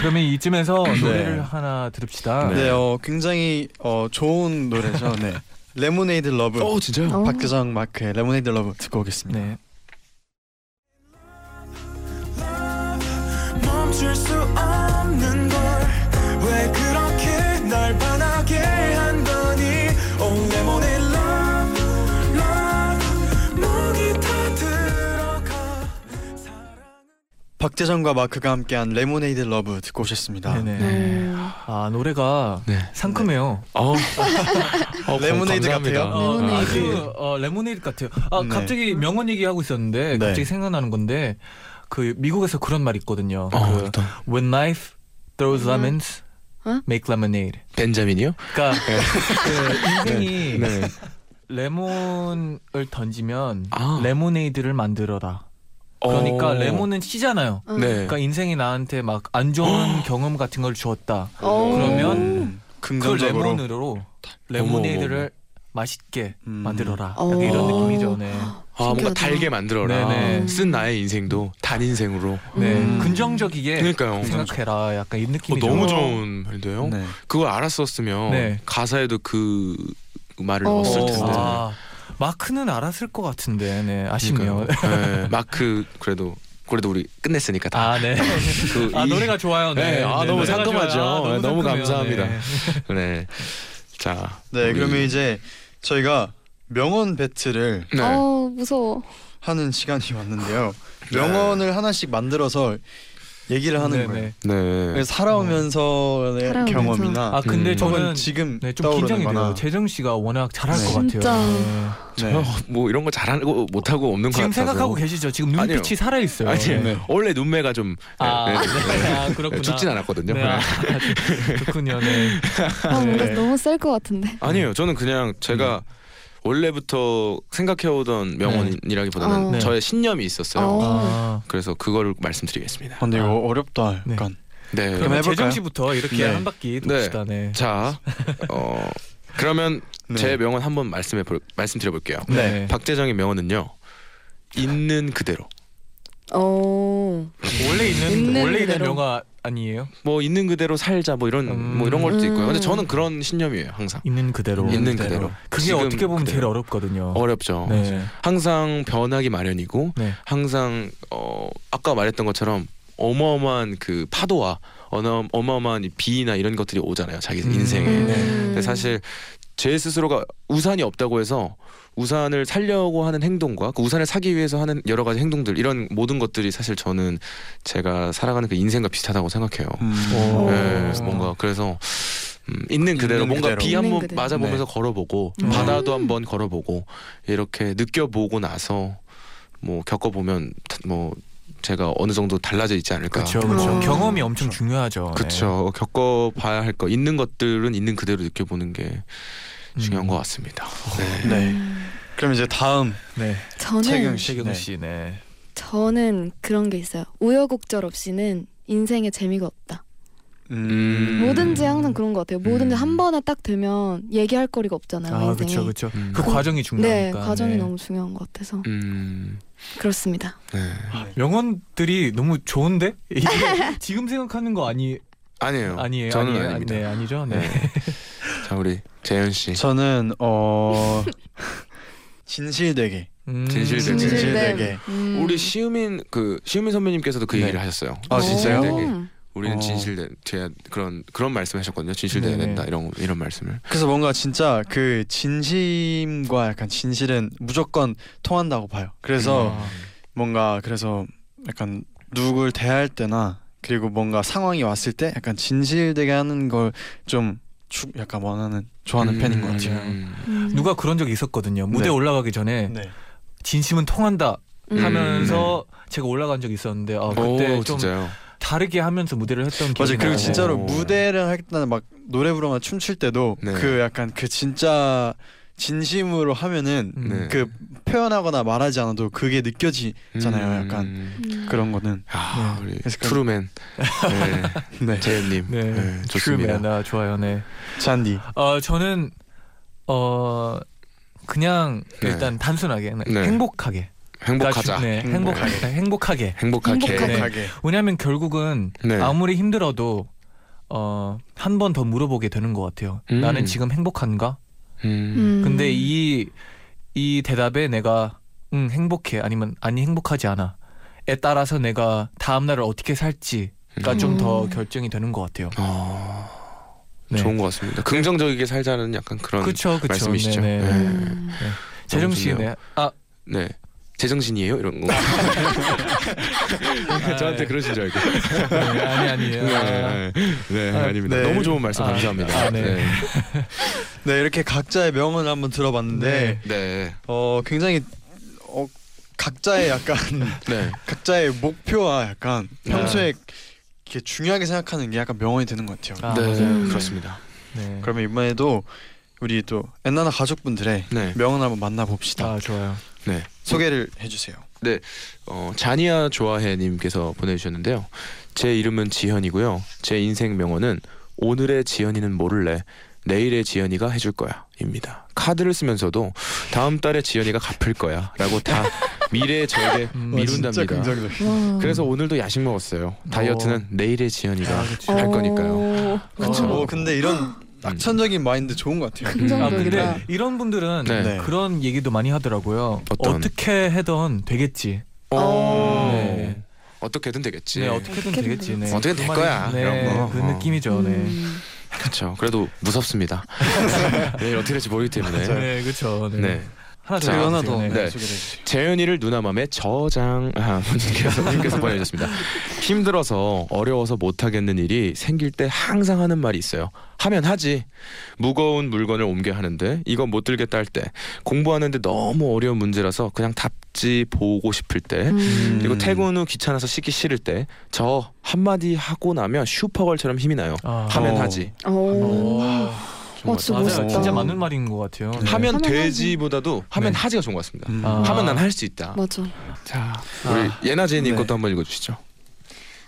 Speaker 3: 그러면 이쯤에서
Speaker 2: 네.
Speaker 3: 노래를 하나 들읍시다.
Speaker 5: 네.
Speaker 2: 네, 어, 굉장히 어, 좋은 노래죠. 네. 레모네이드 러브.
Speaker 5: 어 진짜요?
Speaker 6: 어.
Speaker 2: 박규정 마크의 레모네이드 러브 듣고 오겠습니다.
Speaker 3: 네.
Speaker 4: 멈출 수 없는 걸 왜 그렇게 날 반하게 한 거니 Oh lemonade love
Speaker 2: 박재정과 마크가 함께한 레모네이드 러브 듣고 오셨습니다.
Speaker 3: 네네.
Speaker 6: 음.
Speaker 3: 아 노래가
Speaker 5: 네.
Speaker 3: 상큼해요.
Speaker 5: 어.
Speaker 2: 레모네이드 같아요.
Speaker 3: 아,
Speaker 1: 레모네이드.
Speaker 3: 아주 어, 레모네이드 같아요. 아
Speaker 2: 네.
Speaker 3: 갑자기 명언 얘기하고 있었는데
Speaker 2: 네.
Speaker 3: 갑자기 생각나는 건데 그 미국에서 그런 말 있거든요.
Speaker 5: 어,
Speaker 3: 그
Speaker 5: 어떤
Speaker 3: When knife throws lemons,
Speaker 6: 어?
Speaker 3: make lemonade.
Speaker 5: 벤자민이요?
Speaker 3: 그러니까 그 인생이
Speaker 5: 네.
Speaker 3: 레몬을 던지면
Speaker 5: 아.
Speaker 3: 레모네이드를 만들어라. 그러니까
Speaker 5: 어.
Speaker 3: 레몬은 씨잖아요.
Speaker 6: 어.
Speaker 5: 네. 아.
Speaker 3: 그러니까 인생이 나한테 막 안 좋은 경험 같은 걸 주었다.
Speaker 6: 어.
Speaker 3: 그러면 그
Speaker 2: 긍정적으로
Speaker 3: 레몬으로 레모네이드를
Speaker 5: 어머,
Speaker 3: 맛있게
Speaker 2: 음.
Speaker 3: 만들어라.
Speaker 6: 어.
Speaker 3: 약간 이런 느낌이죠. 네.
Speaker 5: 아 뭔가
Speaker 6: 신기하다.
Speaker 5: 달게 만들어라.
Speaker 3: 네네.
Speaker 5: 쓴 나의 인생도 단 인생으로.
Speaker 3: 네.
Speaker 6: 음.
Speaker 3: 긍정적이게
Speaker 5: 그러니까요.
Speaker 3: 생각해라. 약간 이
Speaker 5: 네. 어,
Speaker 3: 느낌이죠.
Speaker 5: 너무 좋은 말인데요.
Speaker 2: 네.
Speaker 5: 그걸 알았었으면
Speaker 3: 네.
Speaker 5: 가사에도 그 말을
Speaker 6: 어.
Speaker 5: 넣었을
Speaker 2: 어.
Speaker 5: 텐데.
Speaker 3: 아, 마크는 알았을 것 같은데, 네, 아쉽네요.
Speaker 5: 그러니까요. 네. 마크 그래도 그래도 우리 끝냈으니까 다.
Speaker 3: 아, 네.
Speaker 5: 그
Speaker 3: 아,
Speaker 5: 이-
Speaker 3: 노래가 좋아요. 네.
Speaker 5: 네, 아,
Speaker 3: 네,
Speaker 5: 너무
Speaker 3: 노래가
Speaker 5: 상큼하죠.
Speaker 3: 좋아요. 아,
Speaker 5: 네, 너무
Speaker 3: 상큼해요.
Speaker 5: 감사합니다.
Speaker 3: 네.
Speaker 5: 네. 자.
Speaker 2: 네,
Speaker 5: 우리-
Speaker 2: 그러면 이제 저희가 명언 배틀을
Speaker 5: 네.
Speaker 6: 어 무서워.
Speaker 2: 하는 시간이 왔는데요.
Speaker 5: 네.
Speaker 2: 명언을 하나씩 만들어서 얘기를 하는
Speaker 3: 네,
Speaker 2: 거예요.
Speaker 3: 네.
Speaker 5: 네.
Speaker 2: 그래서 살아오면서의
Speaker 6: 살아오면서.
Speaker 2: 경험이나
Speaker 3: 아, 근데
Speaker 5: 음.
Speaker 2: 혹은
Speaker 3: 저는
Speaker 2: 지금
Speaker 3: 네, 좀
Speaker 2: 떠오르는
Speaker 3: 긴장이
Speaker 2: 거나
Speaker 3: 돼요. 재정 씨가 워낙 잘할
Speaker 2: 네.
Speaker 3: 것 같아요.
Speaker 6: 진짜. 음.
Speaker 3: 네.
Speaker 2: 네.
Speaker 5: 어, 뭐 이런 거 잘하고 못 하고 없는 거
Speaker 3: 지금
Speaker 5: 같아서.
Speaker 3: 생각하고 계시죠? 지금
Speaker 5: 아니요.
Speaker 3: 눈빛이 살아 있어요.
Speaker 5: 아니,
Speaker 2: 네.
Speaker 5: 원래 눈매가 좀
Speaker 3: 아,
Speaker 5: 네, 네.
Speaker 3: 네. 아, 그렇구나.
Speaker 5: 죽진 않았거든요.
Speaker 3: 네, 아, 좋군요. 네.
Speaker 6: 아 뭔가
Speaker 2: 네.
Speaker 6: 너무 셀 것 같은데.
Speaker 5: 아니에요. 저는 그냥 제가 원래부터 생각해오던 명언이라기보다는
Speaker 6: 어. 네.
Speaker 5: 저의 신념이 있었어요.
Speaker 6: 어.
Speaker 3: 아,
Speaker 5: 그래서 그거를 말씀드리겠습니다.
Speaker 2: 아, 근데 이거 어렵다.
Speaker 3: 네.
Speaker 2: 약간
Speaker 5: 네.
Speaker 2: 그럼
Speaker 3: 그러면
Speaker 2: 해볼까요?
Speaker 3: 재정 씨부터 이렇게
Speaker 2: 네.
Speaker 3: 한 바퀴
Speaker 5: 네.
Speaker 3: 돕시다. 네.
Speaker 5: 자, 어, 그러면
Speaker 2: 네.
Speaker 5: 제 명언 한번 말씀해 볼, 말씀드려 볼게요.
Speaker 3: 네.
Speaker 5: 박재정의 명언은요. 있는 그대로.
Speaker 6: 어.
Speaker 3: 원래 있는
Speaker 6: 있는
Speaker 3: 원래 있는
Speaker 6: 대로.
Speaker 3: 명화 아니에요?
Speaker 5: 뭐 있는 그대로 살자 뭐 이런
Speaker 3: 음.
Speaker 5: 뭐 이런 것도 있고요. 근데
Speaker 6: 음.
Speaker 5: 저는 그런 신념이에요, 항상.
Speaker 3: 있는 그대로. 네.
Speaker 5: 있는 그대로.
Speaker 3: 그게
Speaker 5: 지금
Speaker 3: 어떻게 보면
Speaker 5: 그대로.
Speaker 3: 제일 어렵거든요.
Speaker 5: 어렵죠.
Speaker 3: 네.
Speaker 5: 항상 변하기 마련이고
Speaker 3: 네.
Speaker 5: 항상 어 아까 말했던 것처럼 어마어마한 그 파도와 어마- 어마어마한 이 비나 이런 것들이 오잖아요 자기
Speaker 3: 음.
Speaker 5: 인생에
Speaker 3: 네.
Speaker 5: 근데 사실 제 스스로가 우산이 없다고 해서 우산을 살려고 하는 행동과 그 우산을 사기 위해서 하는 여러 가지 행동들 이런 모든 것들이 사실 저는 제가 살아가는 그 인생과 비슷하다고 생각해요
Speaker 2: 음.
Speaker 6: 어.
Speaker 3: 오.
Speaker 5: 네,
Speaker 3: 진짜.
Speaker 5: 뭔가 그래서 음, 있는 그대로
Speaker 2: 있는
Speaker 5: 뭔가
Speaker 2: 그대로.
Speaker 5: 비
Speaker 6: 있는
Speaker 5: 한번
Speaker 6: 그대로. 네.
Speaker 5: 맞아보면서 걸어보고
Speaker 3: 음.
Speaker 5: 바다도 한번 걸어보고 이렇게 느껴보고 나서 뭐 겪어보면 다- 뭐 제가 어느 정도 달라져 있지 않을까.
Speaker 3: 그렇죠. 그렇죠.
Speaker 6: 어.
Speaker 3: 경험이 엄청 중요하죠.
Speaker 5: 그러니까.
Speaker 3: 네.
Speaker 5: 그쵸. 겪어봐야 할 거 있는 것들은 있는 그대로 느껴보는 게
Speaker 3: 음.
Speaker 5: 중요한 것 같습니다. 네.
Speaker 2: 네. 그럼 이제 다음
Speaker 3: 네. 네.
Speaker 6: 저는
Speaker 2: 최경
Speaker 3: 최경
Speaker 2: 네.
Speaker 3: 씨. 네.
Speaker 6: 저는 그런 게 있어요. 우여곡절 없이는 인생에 재미가 없다.
Speaker 5: 음.
Speaker 6: 뭐든지 항상 그런 것 같아요. 뭐든지
Speaker 3: 음.
Speaker 6: 한 번에 딱 되면 얘기할 거리가 없잖아요.
Speaker 3: 아,
Speaker 6: 인생에.
Speaker 3: 그렇죠. 그렇죠.
Speaker 5: 음.
Speaker 3: 그 과정이
Speaker 6: 네,
Speaker 3: 중요하니까.
Speaker 6: 과정이
Speaker 3: 네.
Speaker 6: 너무 중요한 것 같아서
Speaker 5: 음.
Speaker 6: 그렇습니다.
Speaker 5: 네.
Speaker 3: 명언들이 너무 좋은데 이게 지금 생각하는 거 아니
Speaker 5: 아니에요.
Speaker 3: 아니에요?
Speaker 5: 어, 저는
Speaker 3: 아니에요?
Speaker 5: 아닙니다.
Speaker 3: 네, 아니죠. 네.
Speaker 5: 네. 자 우리 재현 씨.
Speaker 2: 저는 어 진실되게
Speaker 3: 음.
Speaker 5: 진실되게.
Speaker 2: 진실되게.
Speaker 6: 음.
Speaker 5: 우리 시우민 그 시우민 선배님께서도 그
Speaker 2: 네.
Speaker 5: 얘기를 하셨어요. 네,
Speaker 2: 아,
Speaker 6: 오.
Speaker 2: 진짜요?
Speaker 5: 되게.
Speaker 6: 음.
Speaker 5: 우리는
Speaker 2: 어.
Speaker 5: 진실된 제가 그런 그런 말씀하셨거든요. 진실돼야
Speaker 3: 네네.
Speaker 5: 된다 이런 이런 말씀을.
Speaker 2: 그래서 뭔가 진짜 그 진심과 약간 진실은 무조건 통한다고 봐요. 그래서
Speaker 3: 아.
Speaker 2: 뭔가 그래서 약간 누굴 대할 때나 그리고 뭔가 상황이 왔을 때 약간 진실되게 하는 걸 좀 약간 원하는 좋아하는
Speaker 5: 음,
Speaker 2: 편인 것 같아요.
Speaker 5: 음.
Speaker 6: 음.
Speaker 3: 누가 그런 적이 있었거든요. 무대
Speaker 2: 네.
Speaker 3: 올라가기 전에
Speaker 2: 네.
Speaker 3: 진심은 통한다
Speaker 6: 음.
Speaker 3: 하면서 제가 올라간 적이 있었는데 아, 그때
Speaker 5: 오,
Speaker 3: 좀
Speaker 5: 진짜요.
Speaker 3: 다르게 하면서 무대를 했던 기억이 나요.
Speaker 2: 맞아 그리고 진짜로
Speaker 5: 오.
Speaker 2: 무대를 할 때나 막 노래 부르거나 춤출 때도
Speaker 5: 네.
Speaker 2: 그 약간 그 진짜 진심으로 하면은
Speaker 3: 음.
Speaker 5: 네.
Speaker 2: 그 표현하거나 말하지 않아도 그게 느껴지잖아요.
Speaker 5: 음.
Speaker 2: 약간
Speaker 6: 음.
Speaker 2: 그런 거는
Speaker 5: 아, 우리
Speaker 2: 그래서 그-
Speaker 5: 트루맨 네.
Speaker 2: 네
Speaker 5: 재현님
Speaker 3: 네.
Speaker 5: 네. 좋습니다.
Speaker 3: 나 좋아요. 네.
Speaker 2: 잔디
Speaker 3: 어 저는 어 그냥
Speaker 5: 네.
Speaker 3: 일단 단순하게 네.
Speaker 5: 네.
Speaker 3: 행복하게 그러니까
Speaker 5: 행복하자.
Speaker 3: 주- 네, 행복하게 행복하게.
Speaker 5: 행복하게.
Speaker 6: 행복하게.
Speaker 5: 네.
Speaker 2: 가게
Speaker 3: 왜냐하면 결국은
Speaker 5: 네.
Speaker 3: 아무리 힘들어도 어한 번 더 물어보게 되는 것 같아요.
Speaker 5: 음.
Speaker 3: 나는 지금 행복한가?
Speaker 5: 음.
Speaker 6: 음.
Speaker 3: 근데 이 이 대답에 내가 응 행복해 아니면 아니 행복하지 않아에 따라서 내가 다음 날을 어떻게 살지가 좀 더
Speaker 6: 음.
Speaker 3: 결정이 되는 것 같아요.
Speaker 5: 어,
Speaker 3: 네.
Speaker 5: 좋은 것 같습니다. 긍정적이게 살자는 약간 그런
Speaker 3: 그쵸 그쵸.
Speaker 5: 말씀이시죠.
Speaker 3: 네네.
Speaker 5: 네.
Speaker 6: 음.
Speaker 3: 재정
Speaker 5: 너무 좋네요.
Speaker 3: 씨네. 아
Speaker 5: 네. 제정신이에요 이런 거. 저한테 그러신 줄 알고.
Speaker 3: 아, 네, 아니 아니에요. 아,
Speaker 5: 네, 네,
Speaker 3: 아,
Speaker 5: 아닙니다.
Speaker 2: 네.
Speaker 5: 너무 좋은 말씀
Speaker 3: 아,
Speaker 5: 감사합니다.
Speaker 3: 아, 네.
Speaker 2: 네 이렇게 각자의 명언을 한번 들어봤는데
Speaker 3: 네.
Speaker 5: 네,
Speaker 2: 어 굉장히 어 각자의 약간
Speaker 5: 네.
Speaker 2: 각자의 목표와 약간 평소에 이렇게 중요하게 생각하는 게 약간 명언이 되는 것 같아요.
Speaker 3: 아,
Speaker 5: 네,
Speaker 6: 음.
Speaker 5: 그렇습니다.
Speaker 3: 네.
Speaker 2: 그러면 이번에도 우리 또 엔나나 가족분들의
Speaker 5: 네.
Speaker 2: 명언 한번 만나봅시다.
Speaker 3: 아 좋아요.
Speaker 5: 네.
Speaker 2: 소개를 해주세요.
Speaker 5: 어, 자니아 좋아해님께서 보내주셨는데요. 제 이름은 지현이고요. 제 인생 명언은 오늘의 지현이는 모를래, 내일의 지현이가 해줄 거야입니다. 카드를 쓰면서도 다음 달에 지현이가 갚을 거야라고 다 미래의 저에게
Speaker 3: 음,
Speaker 5: 와, 미룬답니다.
Speaker 2: 진짜 긍정적이다.
Speaker 3: 어.
Speaker 1: 와.
Speaker 5: 그래서 오늘도 야식 먹었어요. 다이어트는 내일의 지현이가
Speaker 3: 아, 그치.
Speaker 5: 할 거니까요.
Speaker 6: 어.
Speaker 1: 오.
Speaker 3: 그쵸.
Speaker 2: 오 근데 이런 낙천적인 마인드 좋은 것 어. 음. 같아요.
Speaker 3: 아,
Speaker 1: 긍정적이다.
Speaker 3: 근데 이런 분들은
Speaker 5: 네.
Speaker 2: 네.
Speaker 3: 그런 얘기도 많이 하더라고요.
Speaker 5: 어떤?
Speaker 3: 떻게 해든 되겠지.
Speaker 5: 어.
Speaker 3: 네.
Speaker 5: 어떻게든 되겠지.
Speaker 3: 네, 어떻게든
Speaker 6: 어떻게든
Speaker 3: 되겠지. 네.
Speaker 5: 어떻게든 될
Speaker 3: 그
Speaker 5: 거야,
Speaker 3: 말이- 네,
Speaker 5: 이런 거.
Speaker 3: 그
Speaker 5: 어.
Speaker 3: 느낌이죠. 네.
Speaker 1: 음.
Speaker 5: 그렇죠. 그래도 무섭습니다. 내일 어떻게 될지 모르기 때문에.
Speaker 3: 네, 그렇죠. 네.
Speaker 5: 네.
Speaker 3: 하나 더
Speaker 5: 자,
Speaker 2: 그리고 하나
Speaker 3: 해주세요.
Speaker 2: 더
Speaker 3: 네.
Speaker 5: 네.
Speaker 2: 소개해 주세요.
Speaker 5: 재윤이를 누나 맘에 저장 아, 분께서 분께서 보내주셨습니다. 힘들어서 어려워서 못 하겠는 일이 생길 때 항상 하는 말이 있어요. 하면 하지. 무거운 물건을 옮겨 하는데 이건 못 들겠다 할 때, 공부하는데 너무 어려운 문제라서 그냥 답지 보고 싶을 때,
Speaker 1: 음.
Speaker 5: 그리고 퇴근 후 귀찮아서 씻기 싫을 때, 저 한마디 하고 나면 슈퍼걸처럼 힘이 나요.
Speaker 3: 아.
Speaker 5: 하면
Speaker 2: 어.
Speaker 5: 하지.
Speaker 1: 오. 어, 진짜
Speaker 3: 맞아요.
Speaker 1: 멋있다.
Speaker 3: 진짜 맞는 말인 것 같아요. 네.
Speaker 5: 하면,
Speaker 6: 하면
Speaker 5: 되지보다도 하면
Speaker 3: 네.
Speaker 5: 하지가 좋은 것 같습니다.
Speaker 2: 음.
Speaker 3: 아.
Speaker 5: 하면 난 할 수 있다.
Speaker 6: 맞아.
Speaker 5: 자,
Speaker 3: 아.
Speaker 5: 우리 예나제이님
Speaker 2: 네.
Speaker 5: 것도 한번 읽어주시죠.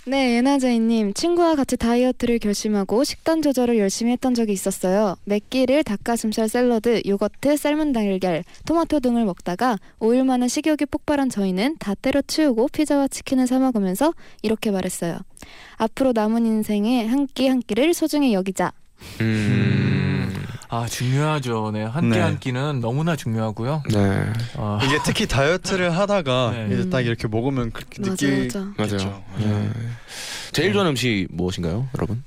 Speaker 6: 네, 예나제이님 친구와 같이 다이어트를 결심하고 식단 조절을 열심히 했던 적이 있었어요. 몇 끼를 닭가슴살 샐러드, 요거트, 삶은 달걀, 토마토 등을 먹다가 5일 만에 식욕이 폭발한 저희는 다 때려치우고 피자와 치킨을 사 먹으면서 이렇게 말했어요. 앞으로 남은 인생의 한 끼 한 끼를 소중히 여기자.
Speaker 5: 음.
Speaker 3: 아 중요하죠. 네, 한 끼
Speaker 2: 네.
Speaker 3: 한 끼는 너무나 중요하고요.
Speaker 5: 네.
Speaker 3: 아,
Speaker 2: 이게 특히 다이어트를 하다가
Speaker 3: 네.
Speaker 2: 이제 딱 이렇게 먹으면 그렇게
Speaker 6: 음. 맞아,
Speaker 2: 느끼겠죠.
Speaker 6: 맞아.
Speaker 5: 맞아요. 네. 제일 좋아하는 음식 무엇인가요, 여러분?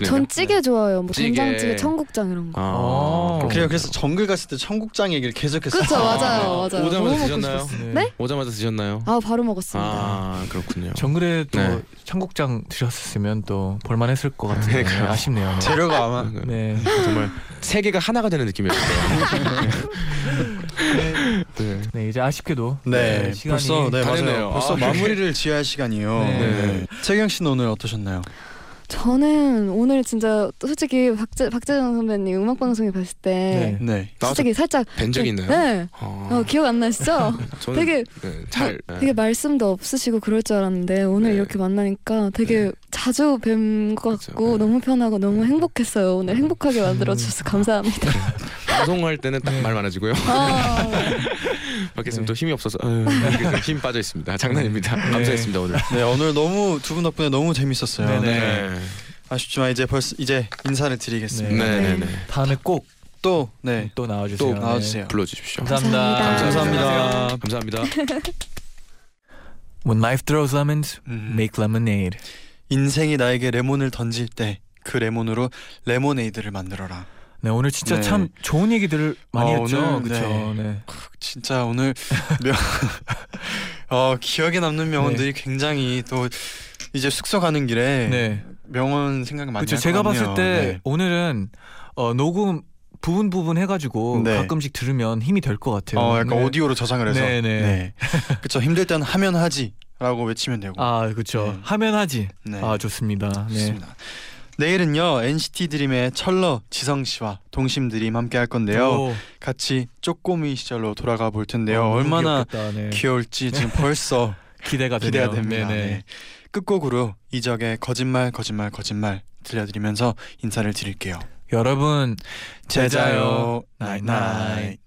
Speaker 5: 네.
Speaker 6: 전 찌개 좋아해요. 뭐
Speaker 5: 찌개.
Speaker 6: 된장찌개, 청국장 이런 거.
Speaker 5: 아,
Speaker 3: 어.
Speaker 2: 그래요. 그래서 정글 갔을 때 청국장 얘기를 계속했어요.
Speaker 6: 그쵸, 맞아요,
Speaker 5: 아,
Speaker 6: 맞아요.
Speaker 5: 오자마자
Speaker 6: 너무 먹고
Speaker 5: 드셨나요?
Speaker 6: 싶었어요.
Speaker 3: 네?
Speaker 5: 오자마자 드셨나요?
Speaker 6: 아, 바로 먹었습니다.
Speaker 5: 아, 그렇군요.
Speaker 3: 정글에 또
Speaker 5: 네.
Speaker 3: 청국장 드셨으면 또 볼만했을 것 같은데
Speaker 5: 그러니까요.
Speaker 3: 아쉽네요. 네.
Speaker 2: 재료가 아마
Speaker 3: 네.
Speaker 5: 정말 세 개가 하나가 되는
Speaker 6: 아,
Speaker 5: 느낌이었어요. 네.
Speaker 3: 네, 이제 아쉽게도
Speaker 2: 네,
Speaker 3: 시간이
Speaker 2: 벌써 네
Speaker 5: 다
Speaker 2: 맞아요.
Speaker 5: 됐네요.
Speaker 2: 벌써
Speaker 5: 아,
Speaker 2: 마무리를 지어야 할 시간이요.
Speaker 3: 네.
Speaker 5: 네.
Speaker 2: 네. 채경 씨는 오늘 어떠셨나요?
Speaker 6: 저는 오늘 진짜 솔직히 박재, 박재정 선배님 음악 방송에 봤을 때
Speaker 2: 네.
Speaker 6: 솔직히 살짝
Speaker 5: 뵌 적이 있나요?
Speaker 6: 네.
Speaker 5: 어,
Speaker 6: 어, 기억 안 나시죠?
Speaker 5: 저는
Speaker 6: 되게 어,
Speaker 5: 네, 잘 네.
Speaker 6: 되게 말씀도 없으시고 그럴 줄 알았는데 오늘
Speaker 5: 네.
Speaker 6: 이렇게 만나니까 되게 자주 뵌 것
Speaker 5: 그쵸,
Speaker 6: 같고
Speaker 5: 네.
Speaker 6: 너무 편하고 너무
Speaker 5: 네. 음.
Speaker 6: 행복했어요. 오늘 행복하게 만들어 주셔서 감사합니다.
Speaker 5: 방송할 때는 딱
Speaker 6: 네.
Speaker 5: 말 많아지고요.
Speaker 6: 아,
Speaker 5: 밖에 있으면
Speaker 3: 네.
Speaker 5: 또 힘이 없어서 아유, 이렇게 좀힘 빠져 있습니다. 장난입니다. 감사했습니다 오늘.
Speaker 2: 네 오늘 너무 두 분 덕분에 너무 재밌었어요.
Speaker 3: 네네.
Speaker 2: 네. 아쉽지만 이제 벌써 이제 인사를 드리겠습니다.
Speaker 3: 네.
Speaker 5: 네네네.
Speaker 3: 다음에 꼭 또
Speaker 2: 또 네.
Speaker 3: 나와주세요.
Speaker 2: 나와주세요.
Speaker 5: 불러주십시오.
Speaker 3: 네. 감사합니다.
Speaker 6: 감사합니다.
Speaker 2: 감사합니다.
Speaker 5: 감사합니다.
Speaker 3: When life throws lemons,
Speaker 2: 음.
Speaker 3: make lemonade.
Speaker 2: 인생이 나에게 레몬을 던질 때 그 레몬으로 레모네이드를 만들어라.
Speaker 3: 네, 오늘 진짜
Speaker 2: 네.
Speaker 3: 참 좋은 얘기들을 많이
Speaker 2: 아,
Speaker 3: 했죠.
Speaker 2: 오늘,
Speaker 3: 그렇죠.
Speaker 2: 네.
Speaker 3: 네.
Speaker 2: 진짜 오늘 명... 어, 기억에
Speaker 3: 네.
Speaker 2: 남는 명언들이 굉장히 또 이제 숙소 가는 길에
Speaker 3: 네.
Speaker 2: 명언 생각 많이
Speaker 3: 그렇죠.
Speaker 2: 할것
Speaker 3: 제가 봤을
Speaker 2: 같네요.
Speaker 3: 때 오늘은 어, 녹음 부분 부분 해가지고
Speaker 2: 네.
Speaker 3: 가끔씩 들으면 힘이 될 것
Speaker 2: 네.
Speaker 3: 같아요.
Speaker 2: 어 약간
Speaker 3: 네.
Speaker 2: 오디오로 저장을 해서
Speaker 3: 네, 네.
Speaker 2: 그렇죠. 힘들 때는 하면 하지라고 외치면 되고.
Speaker 3: 아 그렇죠.
Speaker 2: 네.
Speaker 3: 하면 하지.
Speaker 2: 네.
Speaker 3: 아 좋습니다. 네.
Speaker 2: 좋습니다. 내일은요 NCT 드림의 철러 지성 씨와 동심 드림 함께 할 건데요.
Speaker 3: 오,
Speaker 2: 같이 쪼꼬미 시절로 돌아가 볼 텐데요.
Speaker 3: 너무
Speaker 2: 어, 네. 얼마나
Speaker 3: 귀엽겠다. 네.
Speaker 2: 귀여울지 지금 벌써
Speaker 3: 기대가 되네요.
Speaker 2: 기대가 됩니다.
Speaker 3: 네네.
Speaker 2: 네. 끝곡으로 이적의 거짓말 거짓말 거짓말 들려드리면서 인사를 드릴게요.
Speaker 3: 여러분
Speaker 2: 제자요 나잇나잇.